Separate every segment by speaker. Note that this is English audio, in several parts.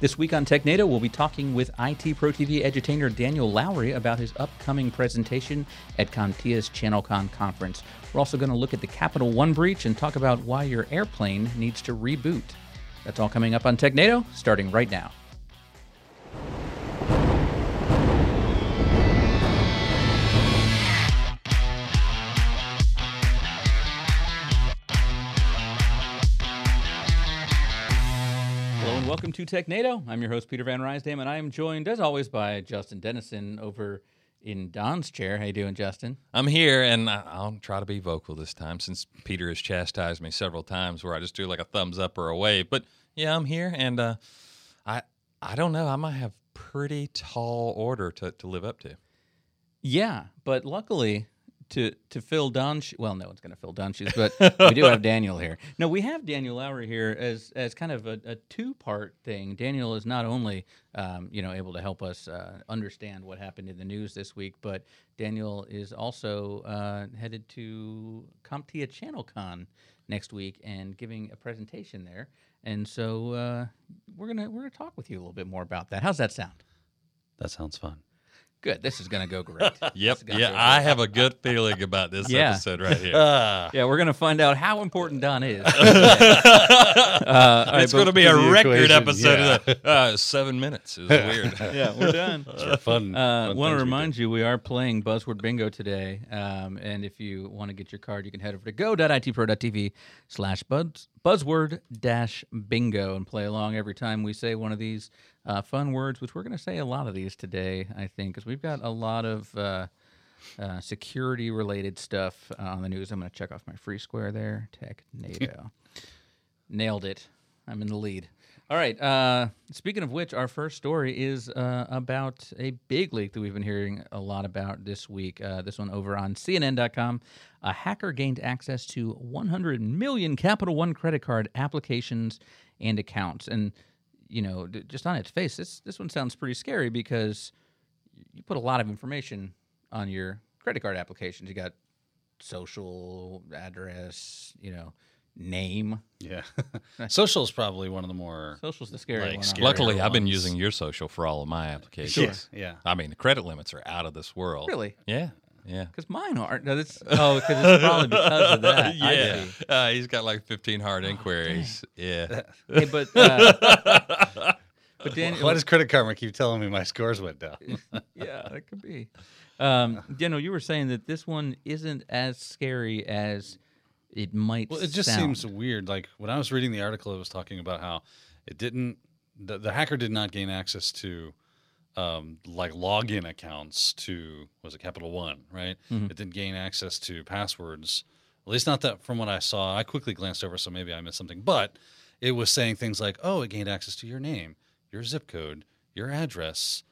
Speaker 1: This week on TechNado, we'll be talking with IT Pro TV edutainer Daniel Lowry about his upcoming presentation at CompTIA's ChannelCon conference. We're also going to look at the Capital One breach and talk about why your airplane needs to reboot. That's all coming up on TechNado, starting right now. Hello and welcome to TechNado. I'm your host Peter Van Rysdam, and I am joined, as always, by Justin Dennison over in Don's chair. How you doing, Justin?
Speaker 2: I'm here, and I- I'll try to be vocal this time since Peter has chastised me several times where I just do like a thumbs up or a wave. But yeah, I'm here, and uh, I I don't know. I might have pretty tall order to, to live up to.
Speaker 1: Yeah, but luckily to to fill Don, sh- well, no one's going to fill Don's shoes, but we do have Daniel here. No, we have Daniel Lowry here as as kind of a, a two part thing. Daniel is not only um, you know able to help us uh, understand what happened in the news this week, but Daniel is also uh, headed to CompTIA ChannelCon next week and giving a presentation there. And so uh, we're gonna we're gonna talk with you a little bit more about that. How's that sound?
Speaker 3: That sounds fun.
Speaker 1: Good. This is gonna go great.
Speaker 2: Yep.
Speaker 1: This is gonna
Speaker 2: Yeah,
Speaker 1: go
Speaker 2: I have a good feeling about this
Speaker 1: Yeah.
Speaker 2: episode right here.
Speaker 1: Yeah, we're gonna find out how important Don is. uh, all right,
Speaker 2: it's going to
Speaker 1: but-
Speaker 2: be a
Speaker 3: the
Speaker 2: record
Speaker 3: equation,
Speaker 2: episode.
Speaker 3: yeah.
Speaker 2: Of the, uh, seven minutes is weird.
Speaker 1: yeah, we're done.
Speaker 3: Those are fun.
Speaker 1: Uh, want to remind you, we are playing Buzzword Bingo today. Um, and if you want to get your card, you can head over to go.itpro.tv slash buzz- buzzword dash bingo and play along every time we say one of these uh, fun words, which we're going to say a lot of these today, I think, because we've got a lot of uh, uh, security related stuff on the news. I'm going to check off my free square there. Tech NATO. Nailed it. I'm in the lead. All right. Uh, speaking of which, our first story is uh, about a big leak that we've been hearing a lot about this week. Uh, this one over on CNN.com. A hacker gained access to 100 million Capital One credit card applications and accounts. And, you know, d- just on its face, this, this one sounds pretty scary because you put a lot of information on your credit card applications. You got social address, you know, name.
Speaker 3: Yeah. Social is probably one of the more.
Speaker 1: Social's the scary
Speaker 3: Like,
Speaker 1: one.
Speaker 3: scary.
Speaker 1: obviously.
Speaker 2: Luckily, I've been
Speaker 3: Ones.
Speaker 2: using your social for all of my applications.
Speaker 3: Yeah.
Speaker 2: I mean, the credit limits are out of this world.
Speaker 1: Really?
Speaker 2: Yeah. Yeah.
Speaker 1: Because mine aren't. No, that's, oh, because it's probably because of that. I
Speaker 2: yeah,
Speaker 1: see.
Speaker 2: uh, he's got like 15 hard inquiries. Yeah,
Speaker 1: Hey, but uh, but Daniel,
Speaker 3: Why does Credit Karma keep telling me my scores went down?
Speaker 1: yeah, that could be. Um, Daniel, you were saying that this one isn't as scary as it might.
Speaker 3: Well, it just
Speaker 1: sound.
Speaker 3: seems weird. Like when I was reading the article, it was talking about how it didn't. The, the hacker did not gain access to, um, like login accounts to was it Capital One, right?
Speaker 1: Mm-hmm.
Speaker 3: It didn't gain access to passwords. At least not that from what I saw. I quickly glanced over, so maybe I missed something. But it was saying things like, "Oh, it gained access to your name, your zip code, your address."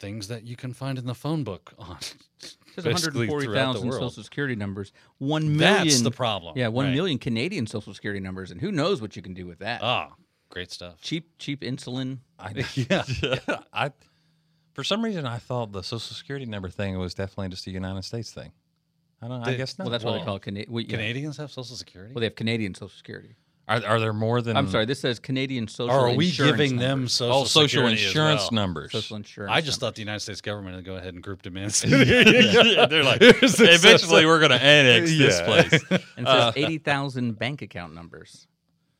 Speaker 3: Things that you can find in the phone book on
Speaker 1: There's
Speaker 3: basically throughout the
Speaker 1: 140,000
Speaker 3: world.
Speaker 1: social security numbers. One million.
Speaker 3: That's the problem.
Speaker 1: Yeah, one
Speaker 3: right.
Speaker 1: million Canadian social security numbers, and who knows what you can do with that?
Speaker 3: Ah, great stuff.
Speaker 1: cheap, cheap insulin.
Speaker 2: I,
Speaker 3: Yeah.
Speaker 2: I, for some reason, I thought the Social Security number thing was definitely just a United States thing. I don't. I
Speaker 3: They-
Speaker 2: guess not.
Speaker 1: Well, that's what
Speaker 3: Well,
Speaker 1: they call Canadian. Well, yeah.
Speaker 3: Canadians have Social Security?
Speaker 1: Well, they have Canadian social security.
Speaker 2: Are, are there more than?
Speaker 1: I'm sorry. This says Canadian social.
Speaker 3: Or are we
Speaker 1: insurance
Speaker 3: giving them
Speaker 1: numbers.
Speaker 3: social,
Speaker 2: Oh, social
Speaker 3: Security as
Speaker 2: insurance
Speaker 3: well?
Speaker 2: numbers.
Speaker 1: social insurance?
Speaker 3: I just
Speaker 1: numbers.
Speaker 3: thought the United States government would go ahead and group them in.
Speaker 2: Yeah, they're like, eventually we're going to annex this
Speaker 3: Yeah.
Speaker 2: place.
Speaker 1: and it
Speaker 3: uh,
Speaker 1: says eighty thousand bank account numbers.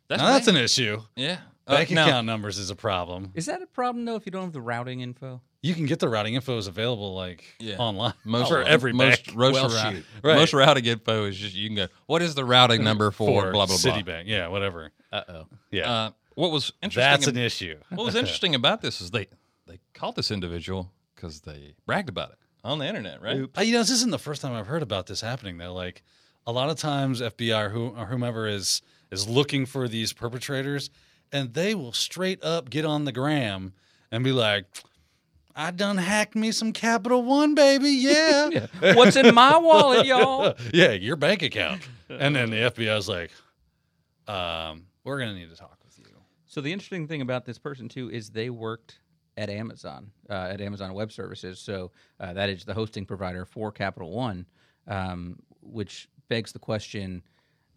Speaker 2: That's,
Speaker 3: now, that's an issue.
Speaker 2: yeah. Uh,
Speaker 3: Bank
Speaker 2: now-
Speaker 3: account numbers is a problem.
Speaker 1: Is that a problem though? If you don't have the routing info,
Speaker 3: You can get the routing info is available like
Speaker 2: Yeah.
Speaker 3: online
Speaker 2: Most
Speaker 3: for every
Speaker 2: most
Speaker 3: bank.
Speaker 2: most,
Speaker 1: Well,
Speaker 2: route-
Speaker 1: shoot.
Speaker 3: Right.
Speaker 2: most routing info is just you can go. What is the routing number for, blah blah blah?
Speaker 3: Citibank, yeah, whatever.
Speaker 1: uh oh,
Speaker 3: Yeah,
Speaker 2: Uh, what was interesting?
Speaker 3: that's
Speaker 2: ab-
Speaker 3: an issue.
Speaker 2: What was interesting about this is they they caught this individual because they bragged about it on the internet, right?
Speaker 3: Uh, you know, this isn't the first time I've heard about this happening though. Like a lot of times FBI or, who, or whomever is is looking for these perpetrators and they will straight up get on the gram and be like, I done hacked me some Capital One, baby. Yeah. yeah.
Speaker 1: what's in my wallet, y'all?
Speaker 3: your bank account. And then the FBI's like, um, we're gonna need to talk with you.
Speaker 1: So the interesting thing about this person too is they worked at Amazon, uh, at Amazon Web Services. So uh, that is the hosting provider for Capital One, um, which begs the question: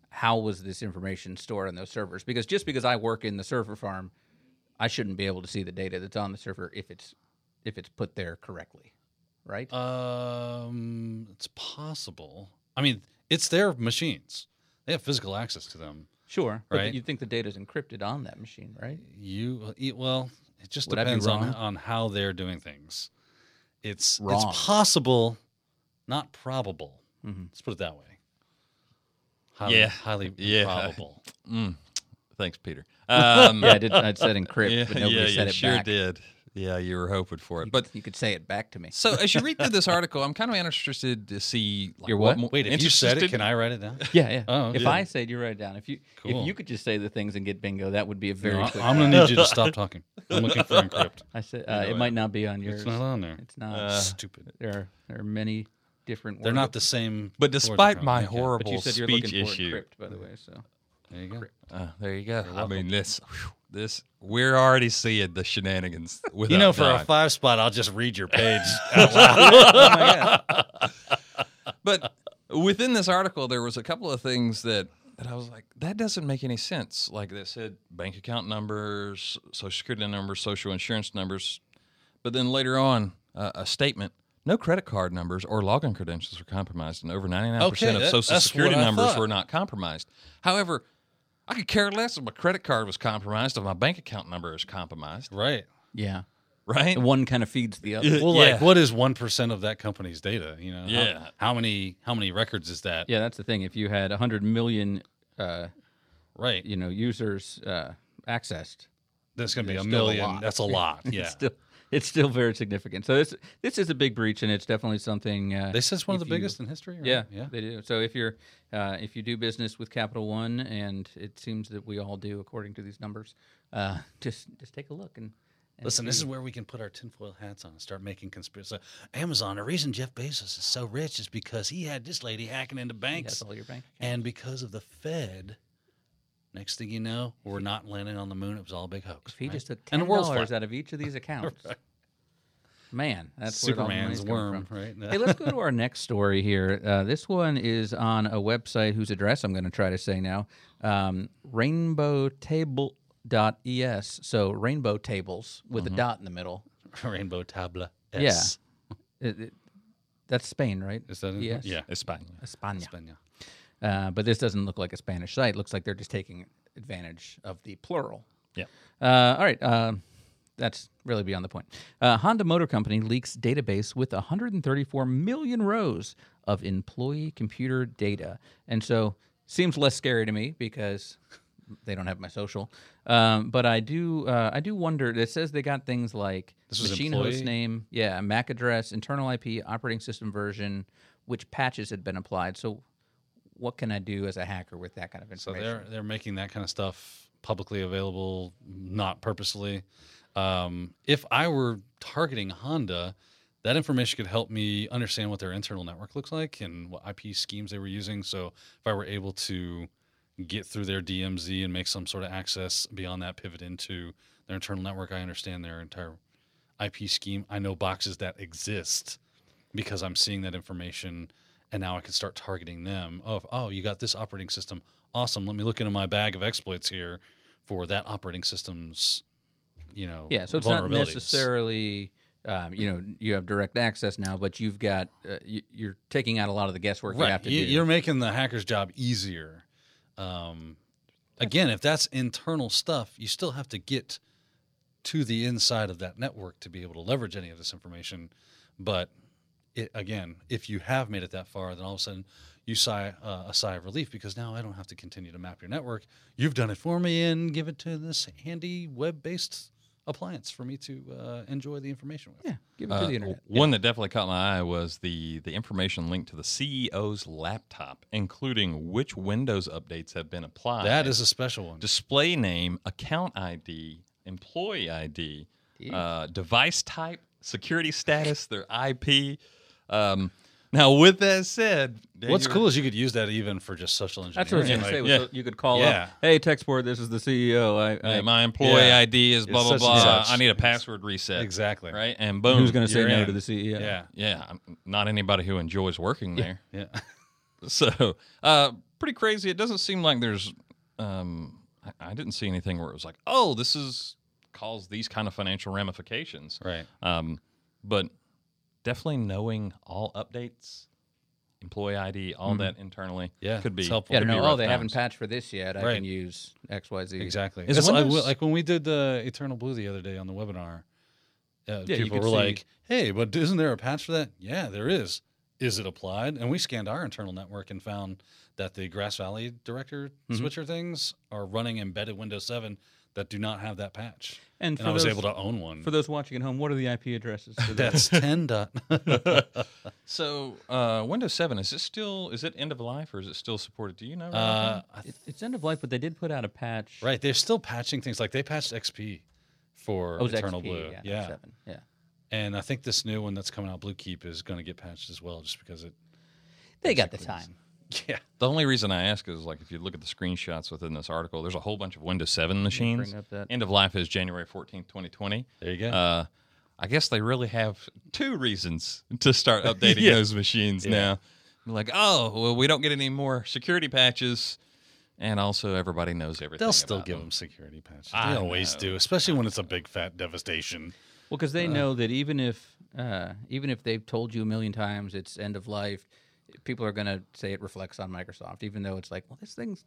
Speaker 1: How was this information stored on those servers? Because just because I work in the server farm, I shouldn't be able to see the data that's on the server if it's if it's put there correctly, right?
Speaker 3: Um, it's possible. I mean, it's their machines. They have physical access to them.
Speaker 1: sure, but
Speaker 3: right.
Speaker 1: you'd think the data's encrypted on that machine, right?
Speaker 3: You e- well, it just
Speaker 1: Would I be
Speaker 3: depends on
Speaker 1: wrong?
Speaker 3: on how they're doing things. It's
Speaker 1: Wrong.
Speaker 3: it's possible, not probable.
Speaker 1: Mhm.
Speaker 3: Let's put it that way. Highly,
Speaker 2: Yeah.
Speaker 3: highly
Speaker 2: Yeah.
Speaker 3: probable.
Speaker 2: Mm. Thanks, Peter. Um,
Speaker 1: Yeah, I did. I said encrypt,
Speaker 2: yeah,
Speaker 1: but nobody
Speaker 2: yeah,
Speaker 1: said
Speaker 2: you
Speaker 1: it
Speaker 2: sure
Speaker 1: back.
Speaker 2: did. Yeah, you were hoping for it. But
Speaker 1: But you could say it back to me.
Speaker 2: so as you read through this article, I'm kind of interested to see like,
Speaker 1: You're what?
Speaker 2: more,
Speaker 3: Wait, if you said it, can I write it down?
Speaker 1: Yeah, yeah.
Speaker 3: Oh,
Speaker 1: If
Speaker 3: okay.
Speaker 1: I said you write it down, if you
Speaker 3: Cool.
Speaker 1: if you could just say the things and get bingo, that would be a very
Speaker 3: No, I-
Speaker 1: quick.
Speaker 3: I'm gonna need you to stop talking. I'm looking for encrypt.
Speaker 1: I said
Speaker 2: know
Speaker 1: uh, it
Speaker 2: what?
Speaker 1: might not be on yours.
Speaker 3: It's not on there.
Speaker 1: It's not.
Speaker 2: Uh,
Speaker 3: Stupid.
Speaker 1: there are there are many different.
Speaker 3: They're
Speaker 1: word-
Speaker 3: not the same.
Speaker 2: But
Speaker 3: words
Speaker 2: despite
Speaker 3: apparently.
Speaker 2: my
Speaker 3: Okay.
Speaker 1: But
Speaker 2: horrible
Speaker 1: you said you're
Speaker 2: speech
Speaker 1: looking for
Speaker 2: issue,
Speaker 1: encrypt, by the way. So
Speaker 3: there you go.
Speaker 2: uh, there you go. I mean, this, whew, this, we're already seeing the shenanigans.
Speaker 3: You know,
Speaker 2: without
Speaker 3: for a
Speaker 2: Don.
Speaker 3: five spot, I'll just read your page out loud.
Speaker 2: Oh, but within this article, there was a couple of things that that I was like, that doesn't make any sense. Like they said, bank account numbers, social security numbers, social insurance numbers, but then later on, uh, a statement. No credit card numbers or login credentials were compromised, and over 99%
Speaker 3: Okay,
Speaker 2: of
Speaker 3: that-
Speaker 2: Social
Speaker 3: that's
Speaker 2: Security
Speaker 3: what I
Speaker 2: numbers
Speaker 3: thought.
Speaker 2: were not compromised. However, I could care less if my credit card was compromised if my bank account number is compromised,
Speaker 3: right.
Speaker 1: yeah,
Speaker 2: right?
Speaker 1: one kind of feeds the other.
Speaker 3: Well,
Speaker 2: Yeah.
Speaker 3: like, what is one percent of that company's data? You know, How-
Speaker 2: Yeah.
Speaker 3: How, many how many records is that?
Speaker 1: yeah, that's the thing. If you had 100 million, uh,
Speaker 3: Right.
Speaker 1: you know, users uh, accessed,
Speaker 3: That's going to be a
Speaker 1: There's still a
Speaker 3: million.
Speaker 1: lot.
Speaker 3: That's a lot. Yeah.
Speaker 1: it's still it's still very significant. So this this is a big breach, and it's definitely something. Uh,
Speaker 3: they said it's one of the
Speaker 1: if you-
Speaker 3: biggest in history. Right?
Speaker 1: Yeah,
Speaker 3: Yeah.
Speaker 1: they do. So if you're uh, if you do business with Capital One, and it seems that we all do according to these numbers, uh, just just take a look and, and
Speaker 3: Listen,
Speaker 1: see.
Speaker 3: this is where we can put our tinfoil hats on and start making conspiracy. Amazon. The reason Jeff Bezos is so rich is because he had this lady hacking into
Speaker 1: Yeah,
Speaker 3: banks,
Speaker 1: it's all your bank.
Speaker 3: and because of the Fed. Next thing you know, we're not landing on the moon. It was all a big hoax.
Speaker 1: If he
Speaker 3: right?
Speaker 1: just took
Speaker 3: And
Speaker 1: ten
Speaker 3: the world's
Speaker 1: dollars
Speaker 3: flat.
Speaker 1: out of each of these accounts, man, that's
Speaker 3: Superman's
Speaker 1: where it all the money's coming
Speaker 3: worm,
Speaker 1: from.
Speaker 3: right?
Speaker 1: hey, let's go to our next story here. Uh, this one is on a website whose address I'm going to try to say now um, rainbowtable.es. So rainbow tables with a dot in the middle.
Speaker 3: Rainbow Tabla.
Speaker 1: Yeah.
Speaker 3: S.
Speaker 1: It- it- that's Spain, right?
Speaker 3: Is that in-
Speaker 1: Yes.
Speaker 3: Yeah.
Speaker 2: It's fine.
Speaker 1: España.
Speaker 3: España.
Speaker 1: Uh, but this doesn't look like a Spanish site. It looks like they're just taking advantage of the plural.
Speaker 2: Yeah.
Speaker 1: Uh, all right. Uh, that's really beyond the point. Uh, Honda Motor Company leaks database with 134 million rows of employee computer data. And so seems less scary to me because they don't have my social. Um, but I do uh, I do wonder. It says they got things like
Speaker 3: This was
Speaker 1: machine
Speaker 3: employee?
Speaker 1: host name, yeah, MAC address, internal IP, operating system version, which patches had been applied. So what can I do as a hacker with that kind of
Speaker 3: So
Speaker 1: information?
Speaker 3: they're they're making that kind of stuff publicly available, not purposely. Um, if I were targeting Honda, that information could help me understand what their internal network looks like and what IP schemes they were using. So if I were able to get through their DMZ and make some sort of access beyond that, pivot into their internal network, I understand their entire IP scheme. I know boxes that exist because I'm seeing that information and now I can start targeting them. Oh, if- oh, you got this operating system. Awesome. Let me look into my bag of exploits here for that operating system's, you know,
Speaker 1: yeah, so it's not
Speaker 3: vulnerabilities.
Speaker 1: necessarily. Um, you know, you have direct access now, but you've got uh, you, you're taking out a lot of the guesswork you have to do.
Speaker 3: are making the hacker's job easier. Um, again, if that's internal stuff, you still have to get to the inside of that network to be able to leverage any of this information. But it, again, if you have made it that far, then all of a sudden you sigh uh, a sigh of relief because now I don't have to continue to map your network. You've done it for me and give it to this handy web-based appliance for me to uh, enjoy the information with.
Speaker 1: yeah, give it to
Speaker 2: Uh,
Speaker 1: the
Speaker 3: oh,
Speaker 1: internet.
Speaker 2: One that definitely caught my eye was the the information linked to the CEO's laptop, including which Windows updates have been applied.
Speaker 3: That is a special one.
Speaker 2: display name, account ID, employee ID, uh, device type, security status, their IP. Um, now, with that said,
Speaker 3: What's
Speaker 2: you're-
Speaker 3: cool is you could use that even for just social engineering.
Speaker 1: That's what I was going to
Speaker 3: Like,
Speaker 1: say. was
Speaker 2: yeah.
Speaker 1: so You could call
Speaker 3: Yeah.
Speaker 1: up, hey, Textport, this is the CEO. I, I,
Speaker 2: Uh, my employee
Speaker 3: Yeah.
Speaker 2: ID is
Speaker 3: It's
Speaker 2: blah blah
Speaker 3: such and
Speaker 2: blah.
Speaker 3: such.
Speaker 2: I need a
Speaker 3: It's-
Speaker 2: password reset.
Speaker 3: Exactly.
Speaker 2: Right, and boom.
Speaker 1: who's going to say
Speaker 3: you're
Speaker 1: no
Speaker 3: in.
Speaker 1: to the E CEO?
Speaker 3: Yeah.
Speaker 2: Yeah, I'm- not anybody who enjoys working there.
Speaker 3: Yeah.
Speaker 2: So, uh, pretty crazy. It doesn't seem like there's. Um, I, I didn't see anything where it was like, oh, this is cause these kind of financial ramifications.
Speaker 3: Right.
Speaker 2: Um, but definitely knowing all updates, employee ID, all that internally
Speaker 3: Yeah,
Speaker 2: could be
Speaker 3: it's helpful.
Speaker 1: Yeah,
Speaker 2: could
Speaker 1: to
Speaker 2: be
Speaker 1: know. Oh,
Speaker 2: rough
Speaker 1: they haven't
Speaker 2: times.
Speaker 1: patched for this yet. I
Speaker 3: Right.
Speaker 1: can use X, Y, Z.
Speaker 3: Exactly.
Speaker 2: Is
Speaker 3: That's
Speaker 2: one
Speaker 3: I
Speaker 2: of
Speaker 3: will-
Speaker 2: those-
Speaker 3: like when we did uh, Eternal Blue the other day on the webinar. Uh,
Speaker 1: Yeah, you
Speaker 3: people
Speaker 1: could
Speaker 3: were
Speaker 1: see-
Speaker 3: like, "Hey, but isn't there a patch for that?" Yeah, there is. Is it applied? And we scanned our internal network and found that the Grass Valley director
Speaker 1: Mhm.
Speaker 3: switcher things are running embedded Windows 7 that do not have that patch.
Speaker 1: And,
Speaker 3: And I was able to own one.
Speaker 1: For those watching at home, what are the IP addresses? For that?
Speaker 3: That's 10 dot.
Speaker 2: So uh, Windows Seven is it still is it end of life or is it still supported? Do you know? Ryan?
Speaker 3: uh, I
Speaker 1: It- it's end of life, but they did put out a patch.
Speaker 3: Right, they're still patching things. Like they patched XP for
Speaker 1: Oh, it was
Speaker 3: Eternal
Speaker 1: XP,
Speaker 3: Blue.
Speaker 1: Yeah.
Speaker 3: Yeah.
Speaker 1: not Seven. Yeah.
Speaker 3: And I think this new one that's coming out, Blue Keep, is going to get patched as well, just because it.
Speaker 1: They got the time.
Speaker 3: Yeah.
Speaker 2: the only reason I ask is like if you look at the screenshots within this article, there's a whole bunch of Windows Seven machines.
Speaker 1: Bring up that.
Speaker 2: End of life is January fourteenth, twenty twenty.
Speaker 3: There you go.
Speaker 2: Uh, I guess they really have two reasons to start updating
Speaker 3: Yeah.
Speaker 2: those machines now. Like, oh, well, we don't get any more security patches, and also everybody knows everything.
Speaker 3: They'll still
Speaker 2: about
Speaker 3: give
Speaker 2: them.
Speaker 3: them security patches. They
Speaker 2: I
Speaker 3: always
Speaker 2: know.
Speaker 3: do, especially when it's a big fat devastation.
Speaker 1: Well, because they know that even if uh, even if they've told you a million times it's end of life, people are going to say it reflects on Microsoft, even though it's like, well, this thing's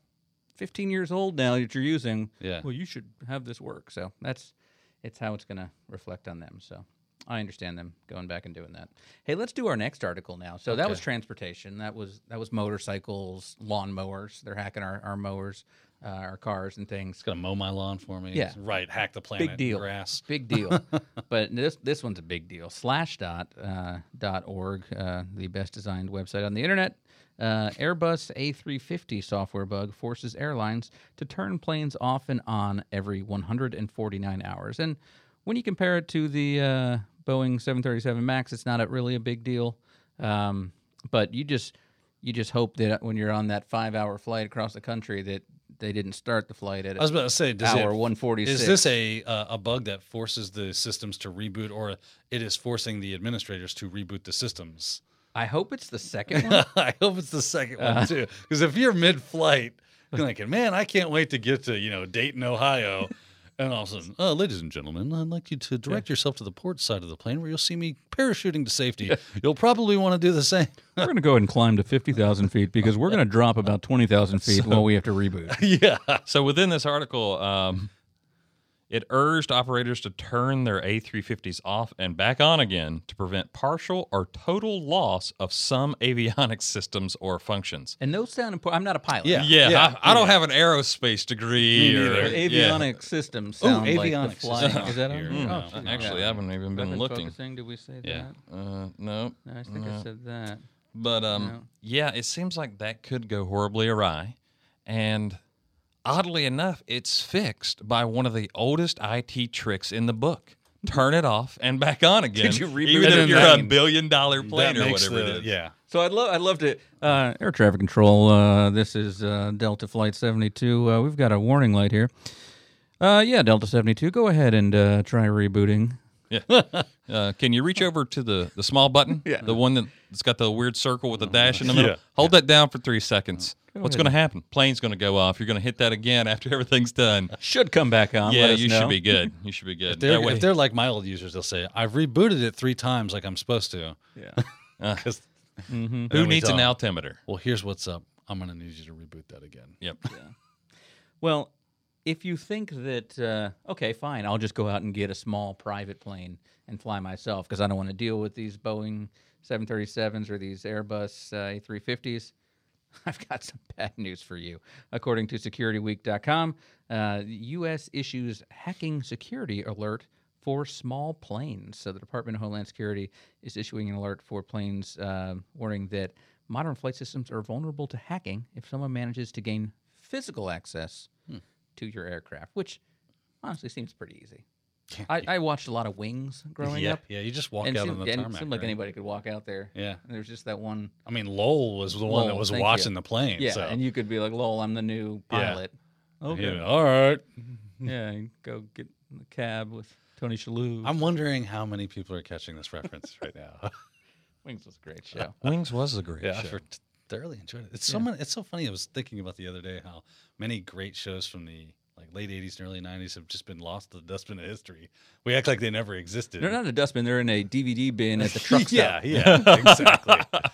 Speaker 1: 15 years old now that you're using.
Speaker 3: Yeah.
Speaker 1: Well, you should have this work. So that's it's how it's going to reflect on them. So I understand them going back and doing that. Hey, let's do our next article now. So that was transportation. That was that was motorcycles, lawn mowers. They're hacking our our mowers, uh, our cars and things.
Speaker 3: It's gonna mow my lawn for me.
Speaker 1: Yeah.
Speaker 3: Right. Hack the planet.
Speaker 1: deal.
Speaker 3: Grass.
Speaker 1: Big deal. but this this one's a big deal. Slashdot uh, dot org, uh, the best designed website on the internet. Uh, Airbus A350 software bug forces airlines to turn planes off and on every 149 hours. And when you compare it to the uh, Boeing 737 Max, it's not a, really a big deal. Um, but you just you just hope that when you're on that five hour flight across the country that they didn't start the flight at
Speaker 3: I was about to say, does
Speaker 1: hour
Speaker 3: it,
Speaker 1: 146.
Speaker 3: is this a uh, a bug that forces the systems to reboot, or it is forcing the administrators to reboot the systems?
Speaker 1: I hope it's the second one.
Speaker 3: I hope it's the second
Speaker 1: Uh-huh.
Speaker 3: one too, because if you're mid-flight, you're thinking, man, I can't wait to get to you know Dayton, Ohio, and all of a sudden, uh, ladies and gentlemen, I'd like you to direct yourself to the port side of the plane where you'll see me parachuting to safety. You'll probably want to do the same.
Speaker 1: we're going to go ahead and climb to 50,000 feet because we're going to drop about 20,000 feet while we have to reboot.
Speaker 3: yeah,
Speaker 2: So within this article, um, it urged operators to turn their A350s off and back on again to prevent partial or total loss of some avionics systems or functions.
Speaker 1: And those sound important. I'm not a pilot.
Speaker 3: Yeah.
Speaker 2: Yeah, I, I don't have an aerospace degree
Speaker 3: Me
Speaker 2: or
Speaker 1: Their
Speaker 3: neither.
Speaker 2: yeah.
Speaker 1: avionic systems sound like
Speaker 3: avionics
Speaker 1: the
Speaker 3: is
Speaker 1: flying.
Speaker 3: not
Speaker 1: Is that on? Oh,
Speaker 3: here.
Speaker 1: here?
Speaker 3: No,
Speaker 1: shoot.
Speaker 2: Actually, I haven't even been
Speaker 1: Weapons
Speaker 2: looking.
Speaker 1: Focusing, did we say
Speaker 3: Yeah.
Speaker 2: Uh, no,
Speaker 1: that? I think I said that.
Speaker 2: But um, yeah, it seems like that could go horribly awry, and oddly enough, it's fixed by one of the oldest IT tricks in the book: turn it off and back on again.
Speaker 1: you reboot
Speaker 2: even
Speaker 1: it
Speaker 2: if
Speaker 1: in
Speaker 2: you're
Speaker 1: that-
Speaker 2: a billion-dollar plane or whatever it is?
Speaker 3: Yeah,
Speaker 1: So I'd love, I'd love to. Uh, air traffic control. Uh, this is uh, Delta Flight 72. Uh, we've got a warning light here. Uh, yeah, Delta 72. Go ahead and uh, try rebooting.
Speaker 2: Uh, can you reach over to the the small button?
Speaker 1: Yeah.
Speaker 2: The one that's got the weird circle with the dash in the middle.
Speaker 3: Yeah.
Speaker 2: Hold that down for three seconds. What's
Speaker 1: ahead.
Speaker 2: going to happen? Plane's going to go off. You're going to hit that again after everything's done.
Speaker 1: Should come back on.
Speaker 2: yeah,
Speaker 1: let us
Speaker 2: you
Speaker 1: know.
Speaker 2: should be good. You should be good.
Speaker 3: they're,
Speaker 2: That way-
Speaker 3: if they're like my old users, they'll say, "I've rebooted it three times, like I'm supposed to."
Speaker 1: Yeah. Uh.
Speaker 3: 'Cause- and
Speaker 2: who
Speaker 3: then we
Speaker 2: needs
Speaker 3: tell
Speaker 2: an
Speaker 3: them,
Speaker 2: altimeter?
Speaker 3: Well, here's what's up. I'm gonna need you to reboot that again.
Speaker 2: Yep.
Speaker 1: Well, if you think that uh, okay, fine, I'll just go out and get a small private plane and fly myself because I don't want to deal with these Boeing 737s or these Airbus uh, A350s. I've got some bad news for you. According to SecurityWeek.com, uh, the U.S. issues hacking security alert for small planes. So the Department of Homeland Security is issuing an alert for planes, uh, warning that modern flight systems are vulnerable to hacking if someone manages to gain physical access
Speaker 3: Hmm.
Speaker 1: to your aircraft, which honestly seems pretty easy. I, I watched a lot of Wings growing
Speaker 3: yeah,
Speaker 1: up,
Speaker 3: yeah. You just walk
Speaker 1: and it
Speaker 3: out
Speaker 1: seemed,
Speaker 3: on the
Speaker 1: and it
Speaker 3: tarmac.
Speaker 1: seemed like
Speaker 3: right?
Speaker 1: anybody could walk out there.
Speaker 3: Yeah.
Speaker 1: And there's just that one.
Speaker 3: I mean, Lowell was the one that
Speaker 1: Lowell,
Speaker 3: was
Speaker 1: thank you.
Speaker 3: watching the plane.
Speaker 1: Yeah,
Speaker 3: so.
Speaker 1: and you could be like, "Lol, I'm the new
Speaker 3: Yeah.
Speaker 1: pilot."
Speaker 3: Yeah, all right.
Speaker 1: yeah, and go get in the cab with Tony Shalhoub.
Speaker 3: I'm wondering how many people are catching this reference right now.
Speaker 1: Wings was a great show.
Speaker 2: Wings was a great
Speaker 3: yeah, I
Speaker 2: show.
Speaker 3: for- thoroughly enjoyed it. It's so many, It's so funny. I was thinking about the other day how many great shows from the like late 80s and early 90s have just been lost to the dustbin of history. We act like they never existed.
Speaker 1: They're not in a dustbin. They're in a DVD bin at the truck
Speaker 3: yeah,
Speaker 1: stop.
Speaker 3: yeah, exactly.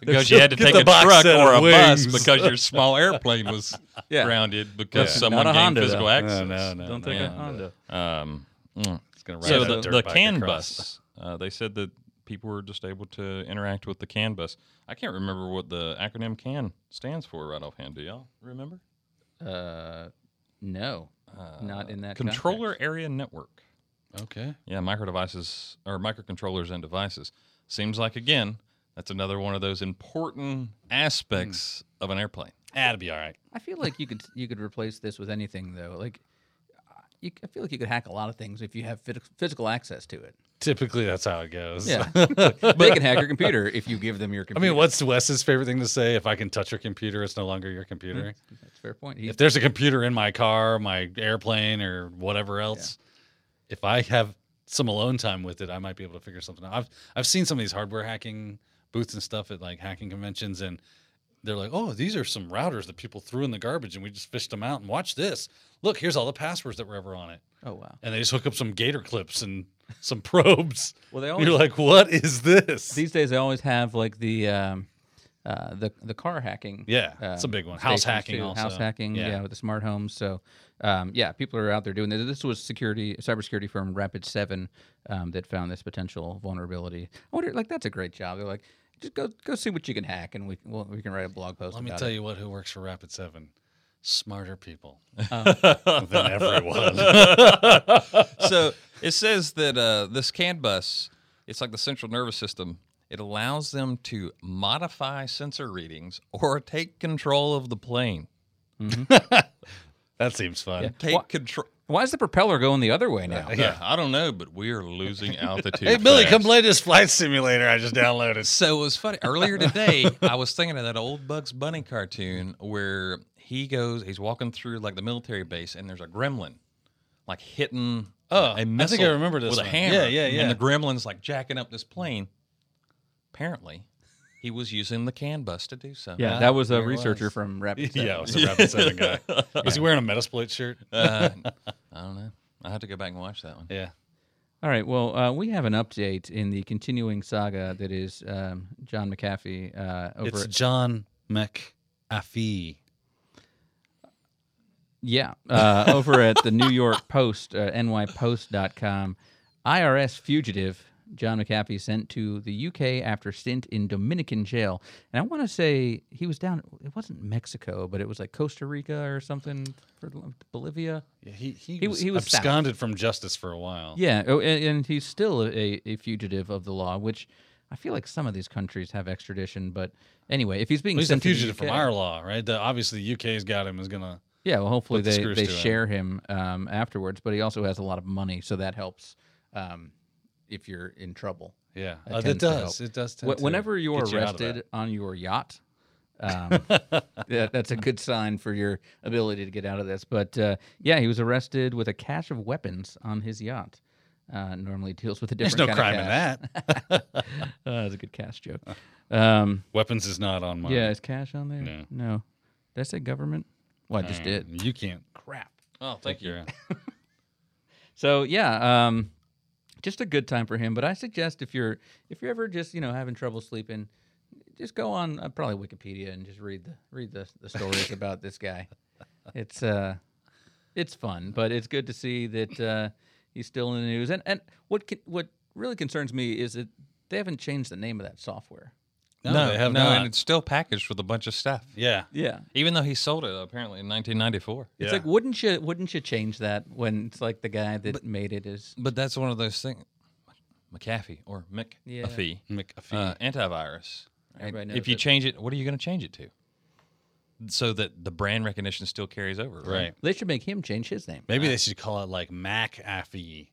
Speaker 2: Because you had to
Speaker 3: Get
Speaker 2: take
Speaker 3: the
Speaker 2: a
Speaker 3: box
Speaker 2: truck
Speaker 3: set
Speaker 2: or a
Speaker 3: of
Speaker 2: bus
Speaker 3: wings.
Speaker 2: because your small airplane was
Speaker 1: Yeah.
Speaker 2: grounded because
Speaker 1: Yeah.
Speaker 2: someone
Speaker 1: Not a
Speaker 2: gained
Speaker 1: Honda,
Speaker 2: physical
Speaker 1: though.
Speaker 2: access.
Speaker 3: no, no,
Speaker 1: Don't
Speaker 3: no,
Speaker 1: take a
Speaker 3: no.
Speaker 1: Honda.
Speaker 2: Um, mm.
Speaker 3: It's gonna
Speaker 2: so
Speaker 3: ride
Speaker 2: the,
Speaker 3: that dirt
Speaker 2: the
Speaker 3: bike
Speaker 2: CAN
Speaker 3: across.
Speaker 2: bus, uh, they said that people were just able to interact with the CAN bus. I can't remember what the acronym CAN stands for right offhand. Do y'all remember? Uh,
Speaker 1: Uh, no, not in that
Speaker 2: Controller
Speaker 1: context.
Speaker 2: Area Network.
Speaker 3: Okay.
Speaker 2: Yeah, micro devices or microcontrollers and devices. Seems like, again, that's another one of those important aspects
Speaker 1: Hmm.
Speaker 2: of an airplane.
Speaker 3: Ah, it'll be all right.
Speaker 1: I feel like you could you could replace this with anything though. Like, you, I feel like you could hack a lot of things if you have phy- physical access to it.
Speaker 3: Typically, that's how it goes.
Speaker 1: Yeah, they can hack your computer if you give them your
Speaker 3: I
Speaker 1: computer.
Speaker 3: mean, what's Wes's favorite thing to say? If I can touch your computer, it's no longer your computer.
Speaker 1: That's a fair point. He,
Speaker 3: If there's a computer in my car, my airplane, or whatever else, if I have some alone time with it, I might be able to figure something out. I've I've seen some of these hardware hacking booths and stuff at like hacking conventions, and they're like, "Oh, these are some routers that people threw in the garbage, and we just fished them out. And watch this. Look, here's all the passwords that were ever on it."
Speaker 1: oh wow.
Speaker 3: And they just hook up some gator clips and some probes.
Speaker 1: Well, they
Speaker 3: You're like, "What is this?"
Speaker 1: these days they always have like the um, uh, the the car hacking.
Speaker 3: Yeah,
Speaker 1: uh,
Speaker 3: it's a big one. House
Speaker 1: stations,
Speaker 3: hacking,
Speaker 1: too.
Speaker 3: also.
Speaker 1: House hacking, yeah.
Speaker 3: Yeah.
Speaker 1: with the smart homes. So, um, yeah, people are out there doing this. This was security, cybersecurity firm Rapid Seven um, that found this potential vulnerability. I wonder, like, that's a great job. They're like, just go go see what you can hack, and we well, we can write a blog post.
Speaker 3: Let me
Speaker 1: about
Speaker 3: tell
Speaker 1: it.
Speaker 3: you what. Who works for Rapid Seven? Smarter people
Speaker 1: Um,
Speaker 3: than everyone.
Speaker 2: so it says that uh, this CAN bus, it's like the central nervous system. It allows them to modify sensor readings or take control of the plane.
Speaker 3: that seems fun.
Speaker 2: Take
Speaker 1: Wha-
Speaker 2: control.
Speaker 1: why is the propeller going the other way now?
Speaker 2: Yeah, I don't know, but we are losing altitude.
Speaker 3: Hey, Billy, come
Speaker 2: fast.
Speaker 3: play this flight simulator I just downloaded.
Speaker 2: So it was funny. Earlier today, I was thinking of that old Bugs Bunny cartoon where he goes, he's walking through like the military base, and there's a gremlin like hitting
Speaker 3: Oh, I
Speaker 2: a
Speaker 3: think
Speaker 2: missile
Speaker 3: I remember this
Speaker 2: with a
Speaker 3: one.
Speaker 2: hammer.
Speaker 3: Yeah, yeah, yeah.
Speaker 2: And the gremlin's like jacking up this plane. Apparently, he was using the CAN bus to do so.
Speaker 1: Yeah, that was a
Speaker 2: There it
Speaker 1: researcher
Speaker 2: was.
Speaker 1: from Rapid Seven.
Speaker 3: yeah, it was a Rapid Seven guy. Was he wearing a Metasploit shirt?
Speaker 2: Uh, I don't know. I have to go back and watch that one.
Speaker 3: Yeah.
Speaker 1: All right. Well, uh, we have an update in the continuing saga that is um, John McAfee uh, over.
Speaker 3: It's John McAfee.
Speaker 1: Yeah, uh, over at the New York Post, uh, nypost.com. IRS fugitive John McAfee sent to the UK after stint in Dominican jail. And I want to say he was down, it wasn't Mexico, but it was like Costa Rica or something, for Bolivia.
Speaker 3: Yeah, he, he,
Speaker 1: He-
Speaker 3: was
Speaker 1: he was south.
Speaker 3: absconded from justice for a while.
Speaker 1: Yeah, oh, and, and he's still a, a fugitive of the law, which I feel like some of these countries have extradition. But anyway, if he's being
Speaker 3: He's a
Speaker 1: sent to the
Speaker 3: fugitive from
Speaker 1: UK
Speaker 3: our law, right? The, obviously, the UK's got him. Is gonna.
Speaker 1: Yeah, well, hopefully
Speaker 3: put the
Speaker 1: they,
Speaker 3: screws
Speaker 1: they
Speaker 3: to it.
Speaker 1: share him um, afterwards, but he also has a lot of money, so that helps um, if you're in trouble.
Speaker 3: Yeah,
Speaker 1: That
Speaker 3: Uh, it
Speaker 1: tends to
Speaker 3: does.
Speaker 1: help.
Speaker 3: It does.
Speaker 1: Wh-
Speaker 3: tend to
Speaker 1: whenever you're
Speaker 3: get you out of that.
Speaker 1: arrested on your yacht, um, yeah, that's a good sign for your ability to get out of this. But uh, yeah, he was arrested with a cache of weapons on his yacht. Uh, normally deals with a
Speaker 3: there's
Speaker 1: different.
Speaker 3: no
Speaker 1: kind
Speaker 3: crime
Speaker 1: of
Speaker 3: in
Speaker 1: cash.
Speaker 3: that.
Speaker 1: Uh, that's a good cash joke. Um,
Speaker 3: Weapons is not on my.
Speaker 1: yeah, Uh, is cash on there?
Speaker 3: No.
Speaker 1: no. Did I say government? Well, I just did.
Speaker 3: You can't.
Speaker 1: Crap.
Speaker 2: Oh,
Speaker 3: Thank you.
Speaker 1: So yeah, um, just a good time for him. But I suggest if you're if you're ever just you know having trouble sleeping, just go on uh, probably Wikipedia and just read the read the, the stories about this guy. It's uh, it's fun, but it's good to see that uh, he's still in the news. And and what can, what really concerns me is that they haven't changed the name of that software.
Speaker 3: No, they have
Speaker 2: no,
Speaker 3: not.
Speaker 2: and it's still packaged with a bunch of stuff.
Speaker 3: yeah.
Speaker 1: Yeah,
Speaker 2: Even though he sold it apparently in 1994.
Speaker 1: it's
Speaker 3: Yeah.
Speaker 1: like wouldn't you wouldn't you change that when it's like the guy that made it is
Speaker 2: But that's one of those things. McAfee or McAfee.
Speaker 1: Yeah.
Speaker 3: McAfee.
Speaker 2: uh, antivirus. right?
Speaker 1: Everybody knows
Speaker 2: If you
Speaker 1: it.
Speaker 2: change it, what are you going to change it to? So that the brand recognition still carries over, right?
Speaker 3: right.
Speaker 1: they should make him change his name.
Speaker 3: Maybe they should call it like McAfee.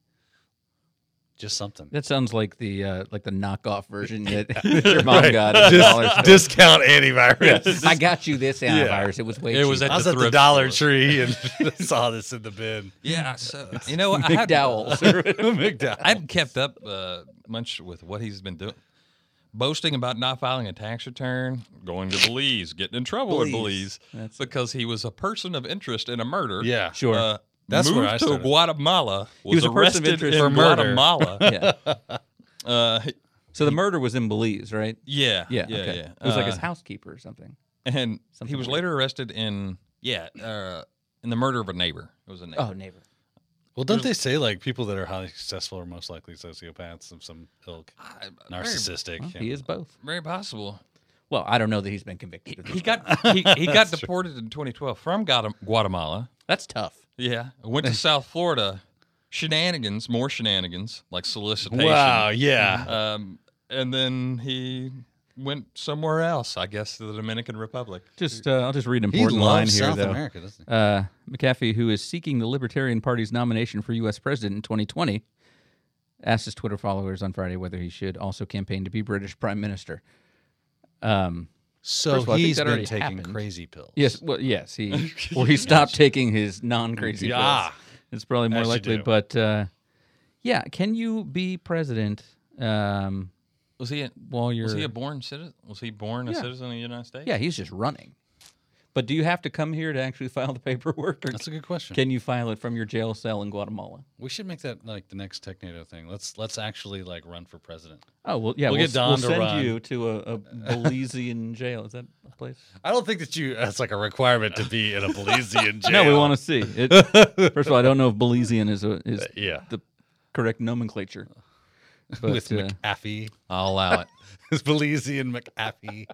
Speaker 3: Just something.
Speaker 1: That sounds like the uh, like the knockoff version that your mom got. At the dollar
Speaker 3: Dis-
Speaker 1: store.
Speaker 3: discount antivirus.
Speaker 1: I got you this antivirus. It was way
Speaker 2: It was
Speaker 1: cheap.
Speaker 2: at
Speaker 3: I was
Speaker 2: the
Speaker 3: at the
Speaker 2: thrift
Speaker 3: Dollar
Speaker 2: store.
Speaker 3: Tree and saw this in the bin.
Speaker 2: Yeah. So you know, what? I had-
Speaker 1: McDowell's.
Speaker 3: McDowell.
Speaker 2: I've kept up uh, much with what he's been doing. boasting about not filing a tax return, going to Belize, getting in trouble at
Speaker 1: Belize.
Speaker 2: Belize
Speaker 1: That's-
Speaker 2: because he was a person of interest in a murder.
Speaker 3: Yeah.
Speaker 1: Sure.
Speaker 2: Uh,
Speaker 3: That's
Speaker 2: moved
Speaker 3: where I
Speaker 2: to
Speaker 3: started.
Speaker 2: Guatemala. Was,
Speaker 1: was a person of
Speaker 2: arrested
Speaker 1: interest
Speaker 2: in
Speaker 1: for murder.
Speaker 2: Guatemala.
Speaker 1: yeah.
Speaker 2: uh,
Speaker 1: So the murder was in Belize, right?
Speaker 2: yeah,
Speaker 1: Yeah.
Speaker 2: yeah,
Speaker 1: okay.
Speaker 2: yeah.
Speaker 1: It was like his
Speaker 2: Uh,
Speaker 1: housekeeper or something.
Speaker 2: and he
Speaker 1: Something
Speaker 2: was
Speaker 1: weird.
Speaker 2: later arrested in yeah uh, in the murder of a neighbor. It was a neighbor.
Speaker 1: Oh, neighbor.
Speaker 3: Well, don't they say like people that are highly successful are most likely sociopaths of some ilk,
Speaker 2: I- Very,
Speaker 3: narcissistic?
Speaker 1: Well,
Speaker 3: you
Speaker 1: he
Speaker 3: know.
Speaker 1: is both.
Speaker 2: very possible.
Speaker 1: Well, I don't know that he's been convicted. Of this
Speaker 2: He got he, he got deported in 2012 from Guatem- Guatemala.
Speaker 1: That's tough.
Speaker 2: Yeah, went to South Florida. Shenanigans, more shenanigans, like solicitation.
Speaker 3: Wow. Yeah.
Speaker 2: Um, and then he went somewhere else, I guess, to the Dominican Republic.
Speaker 1: Just uh, I'll just read an
Speaker 3: He
Speaker 1: important line
Speaker 3: loves
Speaker 1: here,
Speaker 3: South
Speaker 1: though.
Speaker 3: America, doesn't he?
Speaker 1: Uh, McAfee, who is seeking the Libertarian Party's nomination for U.S. president in 2020, asked his Twitter followers on Friday whether he should also campaign to be British prime minister. Um,
Speaker 3: So
Speaker 1: First of all, I think
Speaker 3: he's
Speaker 1: that
Speaker 3: been
Speaker 1: already
Speaker 3: taking
Speaker 1: happened.
Speaker 3: crazy pills.
Speaker 1: yes, well, yes, he well he stopped taking his non-crazy pills.
Speaker 3: Ah.
Speaker 1: It's probably more
Speaker 3: As you
Speaker 1: likely,
Speaker 3: do.
Speaker 1: but uh, yeah, can you be president um,
Speaker 2: Was he a,
Speaker 1: while you're?
Speaker 2: was he a born citizen? Was he born a
Speaker 1: Yeah.
Speaker 2: citizen of the United States?
Speaker 1: yeah, he's just running. But do you have to come here to actually file the paperwork, or
Speaker 3: That's a good question.
Speaker 1: can you file it from your jail cell in Guatemala?
Speaker 3: we should make that like the next Technado thing. Let's let's actually like run for president.
Speaker 1: Oh well, yeah.
Speaker 3: We'll
Speaker 1: We'll,
Speaker 3: get
Speaker 1: s-
Speaker 3: Don
Speaker 1: we'll
Speaker 3: to
Speaker 1: send
Speaker 3: run.
Speaker 1: you to a, a Belizean jail. Is that a place?
Speaker 3: I don't think that you that's like a requirement to be in a Belizean jail.
Speaker 1: No, we want to see. It, first of all, I don't know if Belizean is a, is
Speaker 3: Uh, yeah.
Speaker 1: the correct nomenclature. But,
Speaker 3: with
Speaker 1: uh,
Speaker 3: McAfee.
Speaker 2: I'll allow it.
Speaker 3: It's Belizean McAfee.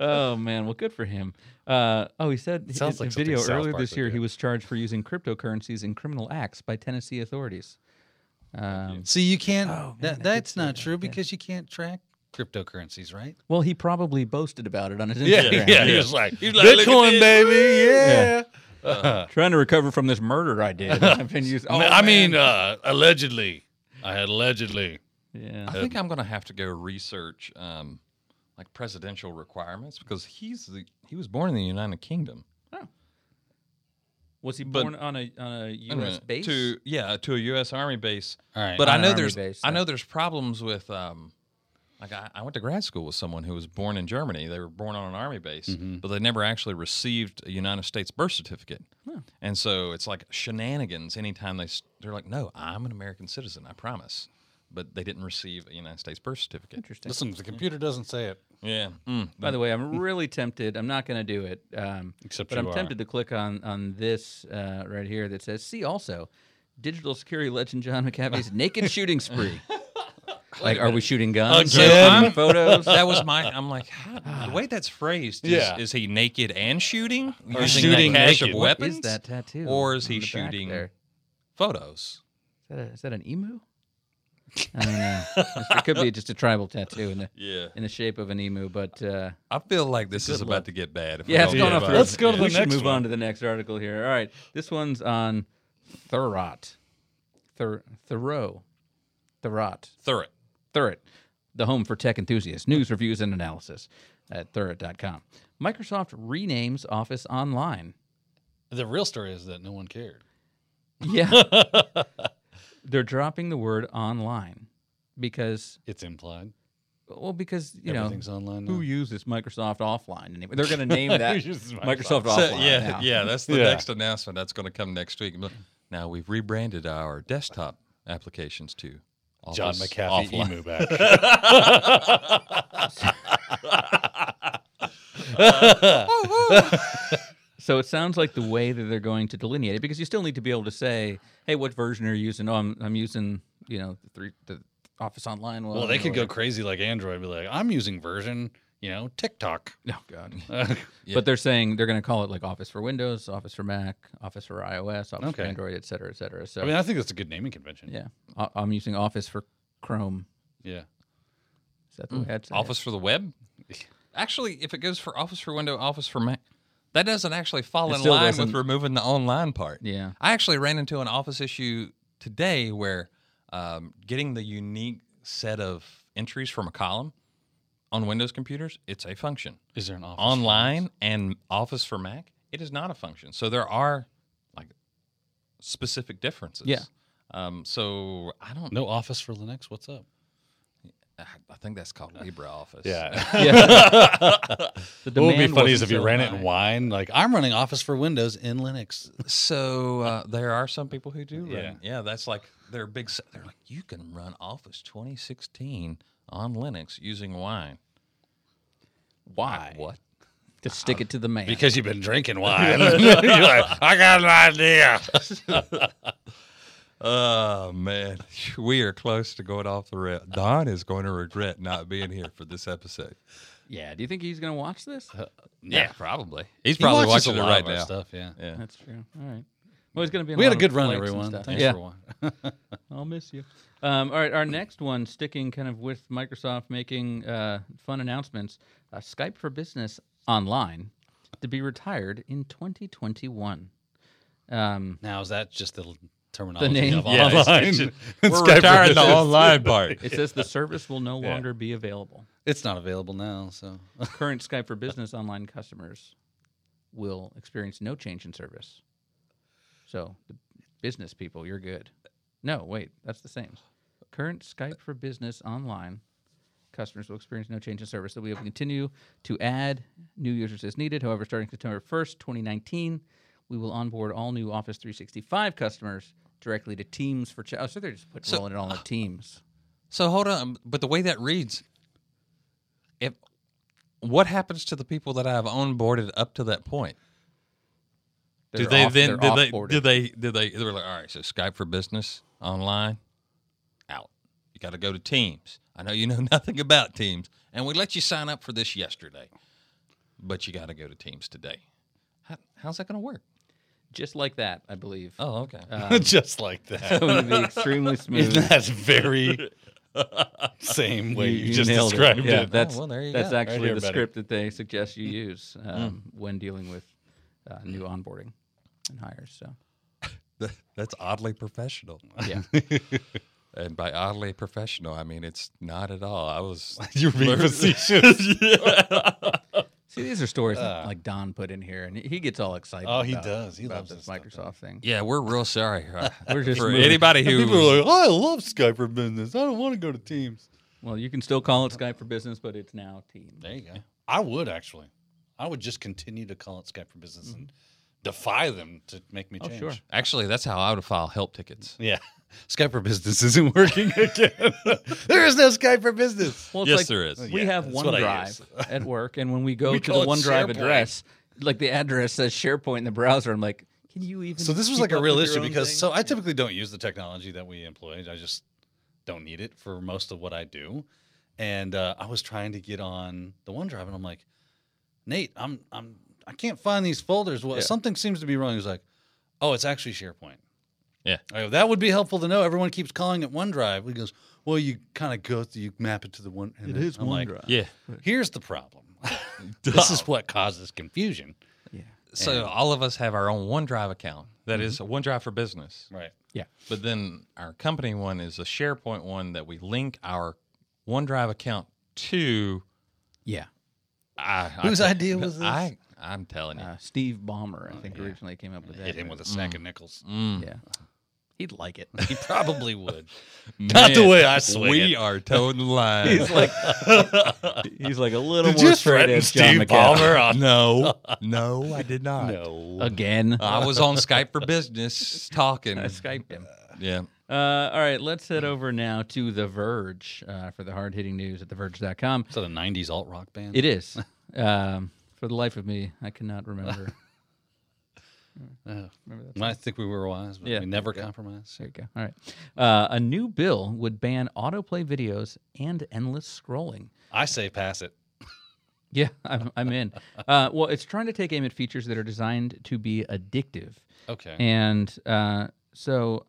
Speaker 1: oh man, well, good for him. Uh, oh, he said
Speaker 3: It sounds
Speaker 1: in
Speaker 3: like
Speaker 1: a video
Speaker 3: something South
Speaker 1: earlier
Speaker 3: Park
Speaker 1: this
Speaker 3: would
Speaker 1: year
Speaker 3: do.
Speaker 1: he was charged for using cryptocurrencies in criminal acts by Tennessee authorities. Um,
Speaker 3: See, you can't.
Speaker 1: Oh, man, I
Speaker 3: that,
Speaker 1: did
Speaker 3: that's
Speaker 1: see
Speaker 3: not
Speaker 1: that,
Speaker 3: true
Speaker 1: yeah.
Speaker 3: because you can't track cryptocurrencies, right?
Speaker 1: well, he probably boasted about it on his
Speaker 3: Yeah,
Speaker 1: Instagram.
Speaker 3: yeah. He
Speaker 2: Yeah.
Speaker 3: was like,
Speaker 2: He's like, "Look at
Speaker 3: Bitcoin,
Speaker 2: this."
Speaker 3: baby. Yeah.
Speaker 1: Trying to recover from this murder I did. I've been using. Oh,
Speaker 3: I
Speaker 1: man.
Speaker 3: mean, uh, allegedly. I had allegedly.
Speaker 1: yeah.
Speaker 3: uh,
Speaker 2: I think I'm going to have to go research um, like presidential requirements because he's the he was born in the United Kingdom.
Speaker 1: Was he
Speaker 2: But-
Speaker 1: born on a on a U.S.
Speaker 2: Uh,
Speaker 1: base?
Speaker 2: to yeah to a U.S. Army base.
Speaker 3: All right.
Speaker 2: But I
Speaker 1: an
Speaker 2: know
Speaker 1: army
Speaker 2: there's
Speaker 1: base,
Speaker 2: I
Speaker 1: yeah.
Speaker 2: know there's problems with um, like I, I went to grad school with someone who was born in Germany. They were born on an army base, but they never actually received a United States birth certificate. And so it's like shenanigans. Anytime they s- they're like, no, I'm an American citizen. I promise. But they didn't receive a United States birth certificate.
Speaker 1: Interesting.
Speaker 3: listen, the computer doesn't say it.
Speaker 2: Yeah. Mm.
Speaker 1: By the way, I'm really tempted. I'm not going to do it. Um,
Speaker 3: Except
Speaker 1: but
Speaker 3: you
Speaker 1: I'm
Speaker 3: are.
Speaker 1: tempted to click on on this uh, right here that says "See also." Digital security legend John McAfee's naked shooting spree. like, are we shooting guns? Are we
Speaker 3: Again?
Speaker 1: taking photos?
Speaker 2: that was my. I'm like, how, the way that's phrased. Is,
Speaker 3: Yeah.
Speaker 2: is he naked and shooting? Or
Speaker 3: shooting
Speaker 2: cache
Speaker 3: naked.
Speaker 2: of
Speaker 3: What
Speaker 1: What
Speaker 2: weapons?
Speaker 1: is that tattoo?
Speaker 2: Or is
Speaker 1: on
Speaker 2: he
Speaker 1: the back
Speaker 2: shooting-
Speaker 1: there?
Speaker 2: Photos.
Speaker 1: Is that, a, is that an emu? I don't know. it could be just a tribal tattoo in the
Speaker 2: Yeah.
Speaker 1: in the shape of an emu, but. Uh,
Speaker 2: I feel like this is about to get bad. If we
Speaker 1: Yeah, it's
Speaker 2: don't
Speaker 1: going
Speaker 2: get
Speaker 1: off.
Speaker 2: about
Speaker 1: the
Speaker 2: it.
Speaker 3: Let's go to
Speaker 1: we
Speaker 3: the
Speaker 1: should
Speaker 3: next
Speaker 1: move
Speaker 3: one.
Speaker 1: on to the next article here. All right, this one's on Thurrott, Thur, Thoreau, Thurrott,
Speaker 2: Thurrett.
Speaker 1: Thurrott, the home for tech enthusiasts. News, reviews, and analysis at Thurrott.com. Microsoft renames Office Online.
Speaker 3: The real story is that no one cared.
Speaker 1: Yeah, they're dropping the word online because
Speaker 3: It's implied.
Speaker 1: well, because you know
Speaker 3: Everything's online.
Speaker 1: who
Speaker 3: now.
Speaker 1: uses Microsoft Offline anyway. They're going to name that
Speaker 3: Who uses
Speaker 1: Microsoft,
Speaker 3: Microsoft?
Speaker 2: So,
Speaker 1: Offline.
Speaker 2: yeah,
Speaker 1: now.
Speaker 2: yeah. That's the
Speaker 3: Yeah.
Speaker 2: next announcement that's going to come next week. Now we've rebranded our desktop applications to Office
Speaker 3: John McAfee
Speaker 2: Offline.
Speaker 3: emu back. Oh,
Speaker 1: So it sounds like the way that they're going to delineate it, because you still need to be able to say, "Hey, what version are you using?" Oh, I'm, I'm using, you know, the three the Office Online one.
Speaker 3: well, they could
Speaker 1: or-
Speaker 3: go crazy like Android, be like, I'm using version, you know, TikTok.
Speaker 1: Oh God!
Speaker 2: Yeah.
Speaker 1: But they're saying they're going to call it like Office for Windows, Office for Mac, Office for iOS, Office for
Speaker 3: Okay.
Speaker 1: Android, et cetera, et cetera. So
Speaker 3: I mean, I think that's a good naming convention.
Speaker 1: yeah, I- I'm using Office for Chrome.
Speaker 3: Yeah.
Speaker 1: Is that the
Speaker 3: Mm.
Speaker 1: way I'd say it?
Speaker 2: Office for the web. Actually, if it goes for Office for Window, Office for Mac, that doesn't actually fall
Speaker 1: It
Speaker 2: in
Speaker 1: still
Speaker 2: line
Speaker 1: doesn't-
Speaker 2: with removing the online part.
Speaker 1: Yeah.
Speaker 2: I actually ran into an Office issue today where um, getting the unique set of entries from a column on Windows computers, it's a function.
Speaker 3: Is there an office?
Speaker 2: online and Office for Mac, it is not a function. So there are like specific differences.
Speaker 1: Yeah.
Speaker 2: Um, so I don't know.
Speaker 3: No office for Linux? What's up?
Speaker 2: I I think that's called Libra Office.
Speaker 3: Yeah.
Speaker 1: The
Speaker 3: what would be
Speaker 1: demand
Speaker 3: funny is
Speaker 1: wasn't
Speaker 3: if you
Speaker 1: so
Speaker 3: ran it
Speaker 1: high.
Speaker 3: in wine. Like I'm running Office for Windows in Linux.
Speaker 2: So uh, there are some people who do run.
Speaker 3: Yeah.
Speaker 2: Yeah, that's like their big. s- They're like, you can run Office 2016 on Linux using wine.
Speaker 1: Why?
Speaker 2: What?
Speaker 1: To stick it to the man.
Speaker 3: Because you've been drinking wine. You're like, I got an idea.
Speaker 2: Oh man, we are close to going off the rail. Don is going to regret not being here for this episode.
Speaker 1: yeah. Do you think he's gonna watch this?
Speaker 3: Uh-huh.
Speaker 2: Yeah, probably. He's
Speaker 3: He
Speaker 2: probably
Speaker 3: watches
Speaker 2: watching
Speaker 3: a
Speaker 2: it
Speaker 3: lot
Speaker 2: right
Speaker 3: of our
Speaker 2: now.
Speaker 3: Stuff, yeah.
Speaker 2: Yeah.
Speaker 1: That's true. All right. Well, he's gonna be. In
Speaker 3: We had a
Speaker 1: lot
Speaker 3: good
Speaker 1: of
Speaker 3: run,
Speaker 1: flights and
Speaker 3: everyone.
Speaker 1: stuff.
Speaker 3: Thanks
Speaker 1: yeah.
Speaker 3: for watching.
Speaker 1: I'll miss you. Um, all right, our next one, sticking kind of with Microsoft making uh, fun announcements, uh, Skype for Business Online to be retired in 2021. Um,
Speaker 3: Now is that just the terminology
Speaker 1: name?
Speaker 3: of
Speaker 2: Yeah, it's-
Speaker 3: online?
Speaker 2: it's just-
Speaker 3: It's
Speaker 2: We're
Speaker 3: Skype
Speaker 2: retiring the
Speaker 3: versus-
Speaker 2: online part.
Speaker 1: it says the service will no longer be available.
Speaker 3: It's not available now, so
Speaker 1: Current Skype for Business Online customers will experience no change in service. So, the business people, you're good. No, wait, that's the same. Current Skype for Business Online customers will experience no change in service. That we will continue to add new users as needed. However, starting September 1st, 2019, we will onboard all new Office 365 customers directly to Teams for chat. Oh, so they're just put, rolling it all into Teams.
Speaker 2: So hold on, but the way that reads, if what happens to the people that I have onboarded up to that point?
Speaker 1: They're
Speaker 2: do they
Speaker 1: off- they're
Speaker 2: then? Do they,
Speaker 1: offboarded.
Speaker 2: do they? Do they? They were like, all right, so Skype for Business online, out. You got to go to Teams. I know you know nothing about Teams, and we let you sign up for this yesterday, but you got to go to Teams today. How, how's that going to work?
Speaker 1: just like that, I believe.
Speaker 2: Oh, okay.
Speaker 1: Uh,
Speaker 3: just like that.
Speaker 1: going to be extremely smooth.
Speaker 3: In that very same way you, just
Speaker 1: nailed it.
Speaker 3: described it.
Speaker 1: Yeah, that's
Speaker 2: Oh, well, there you
Speaker 1: that's
Speaker 2: go.
Speaker 1: actually
Speaker 3: here,
Speaker 1: the
Speaker 3: buddy.
Speaker 1: script that they suggest you
Speaker 3: Mm.
Speaker 1: use um, when dealing with uh, new onboarding and hires. So
Speaker 2: That's oddly professional.
Speaker 1: yeah,
Speaker 2: And by oddly professional, I mean it's not at all. I was
Speaker 3: You're being facetious.
Speaker 1: see, these are stories that, like Don put in here, and he gets all excited.
Speaker 3: Uh. Oh, he
Speaker 1: about-
Speaker 3: does. He
Speaker 1: about
Speaker 3: loves
Speaker 1: this
Speaker 3: this stuff,
Speaker 1: Microsoft thing.
Speaker 2: Yeah, we're real sorry. uh,
Speaker 1: We're just
Speaker 2: for
Speaker 1: moving.
Speaker 2: anybody who
Speaker 3: People are like, "Oh, I love Skype for business. I don't want to go to Teams.
Speaker 1: Well, you can still call it Skype for Business, but it's now Teams.
Speaker 3: There you go. I would actually. I would just continue to call it Skype for business and defy them to make me
Speaker 1: Oh,
Speaker 3: change.
Speaker 1: sure.
Speaker 2: actually that's how I would file help tickets.
Speaker 3: Yeah. Skype for business isn't working again. there is no Skype for business.
Speaker 1: Well, it's
Speaker 2: yes,
Speaker 1: like
Speaker 2: there is.
Speaker 1: We
Speaker 3: Yeah,
Speaker 1: have
Speaker 3: that's what I use.
Speaker 1: OneDrive at work, and when we go
Speaker 3: We
Speaker 1: to the
Speaker 3: call it
Speaker 1: OneDrive
Speaker 3: SharePoint.
Speaker 1: address, like the address says SharePoint in the browser. I'm like, can you even?
Speaker 3: So this was
Speaker 1: keep
Speaker 3: like a
Speaker 1: up
Speaker 3: real
Speaker 1: with your
Speaker 3: issue
Speaker 1: own
Speaker 3: because
Speaker 1: thing?
Speaker 3: so I typically don't use the technology that we employ. I just don't need it for most of what I do. And uh, I was trying to get on the OneDrive, and I'm like, Nate, I'm I'm I can't find these folders. Well,
Speaker 1: Yeah.
Speaker 3: something seems to be wrong. He's like, Oh, it's actually SharePoint.
Speaker 2: Yeah.
Speaker 3: I go, that would be helpful to know. Everyone keeps calling it OneDrive. He goes, Well, you kind of go through, you map it to the one. And
Speaker 1: it
Speaker 3: then
Speaker 1: is
Speaker 3: I'm like,
Speaker 1: OneDrive.
Speaker 2: Yeah.
Speaker 3: Here's the problem. this is what causes confusion.
Speaker 1: yeah.
Speaker 2: So all of us have our own OneDrive account. That is
Speaker 3: Mm-hmm.
Speaker 2: a OneDrive for business.
Speaker 3: Right.
Speaker 2: But then our company one is a SharePoint one that we link our OneDrive account to.
Speaker 1: Yeah.
Speaker 2: I,
Speaker 3: Whose
Speaker 2: I,
Speaker 3: idea was this?
Speaker 2: I I'm telling you.
Speaker 1: Uh, Steve Ballmer,
Speaker 3: Oh,
Speaker 1: I think, originally came up with that.
Speaker 3: Hit him with a sack of nickels.
Speaker 2: Mm,
Speaker 1: Yeah. He'd like it.
Speaker 3: He probably would.
Speaker 2: man,
Speaker 3: the way I swing
Speaker 2: We
Speaker 3: it.
Speaker 2: are toeing the line.
Speaker 1: He's like, he's like a little
Speaker 3: Did
Speaker 1: more
Speaker 3: you
Speaker 1: straight
Speaker 3: threaten
Speaker 1: edge John
Speaker 3: Steve
Speaker 1: McCaffrey.
Speaker 3: Ballmer? on-
Speaker 2: no, no, I did not.
Speaker 3: No.
Speaker 1: again.
Speaker 2: I was on Skype for business talking.
Speaker 1: I skyped him.
Speaker 2: Yeah.
Speaker 1: Uh, all right, let's head over now to The Verge uh, for the hard hitting news at TheVerge.com.
Speaker 3: Is that a 90s alt rock band?
Speaker 1: It is. Um, for the life of me, I cannot remember.
Speaker 3: Uh,
Speaker 1: remember that
Speaker 3: I think we were wise, but
Speaker 1: Yeah.
Speaker 3: we never compromise.
Speaker 1: There you go. All right. Uh, a new bill would ban autoplay videos and endless scrolling.
Speaker 3: I say pass it.
Speaker 1: Yeah, I'm, I'm in. Uh, well, it's trying to take aim at features that are designed to be addictive.
Speaker 3: Okay.
Speaker 1: And uh, so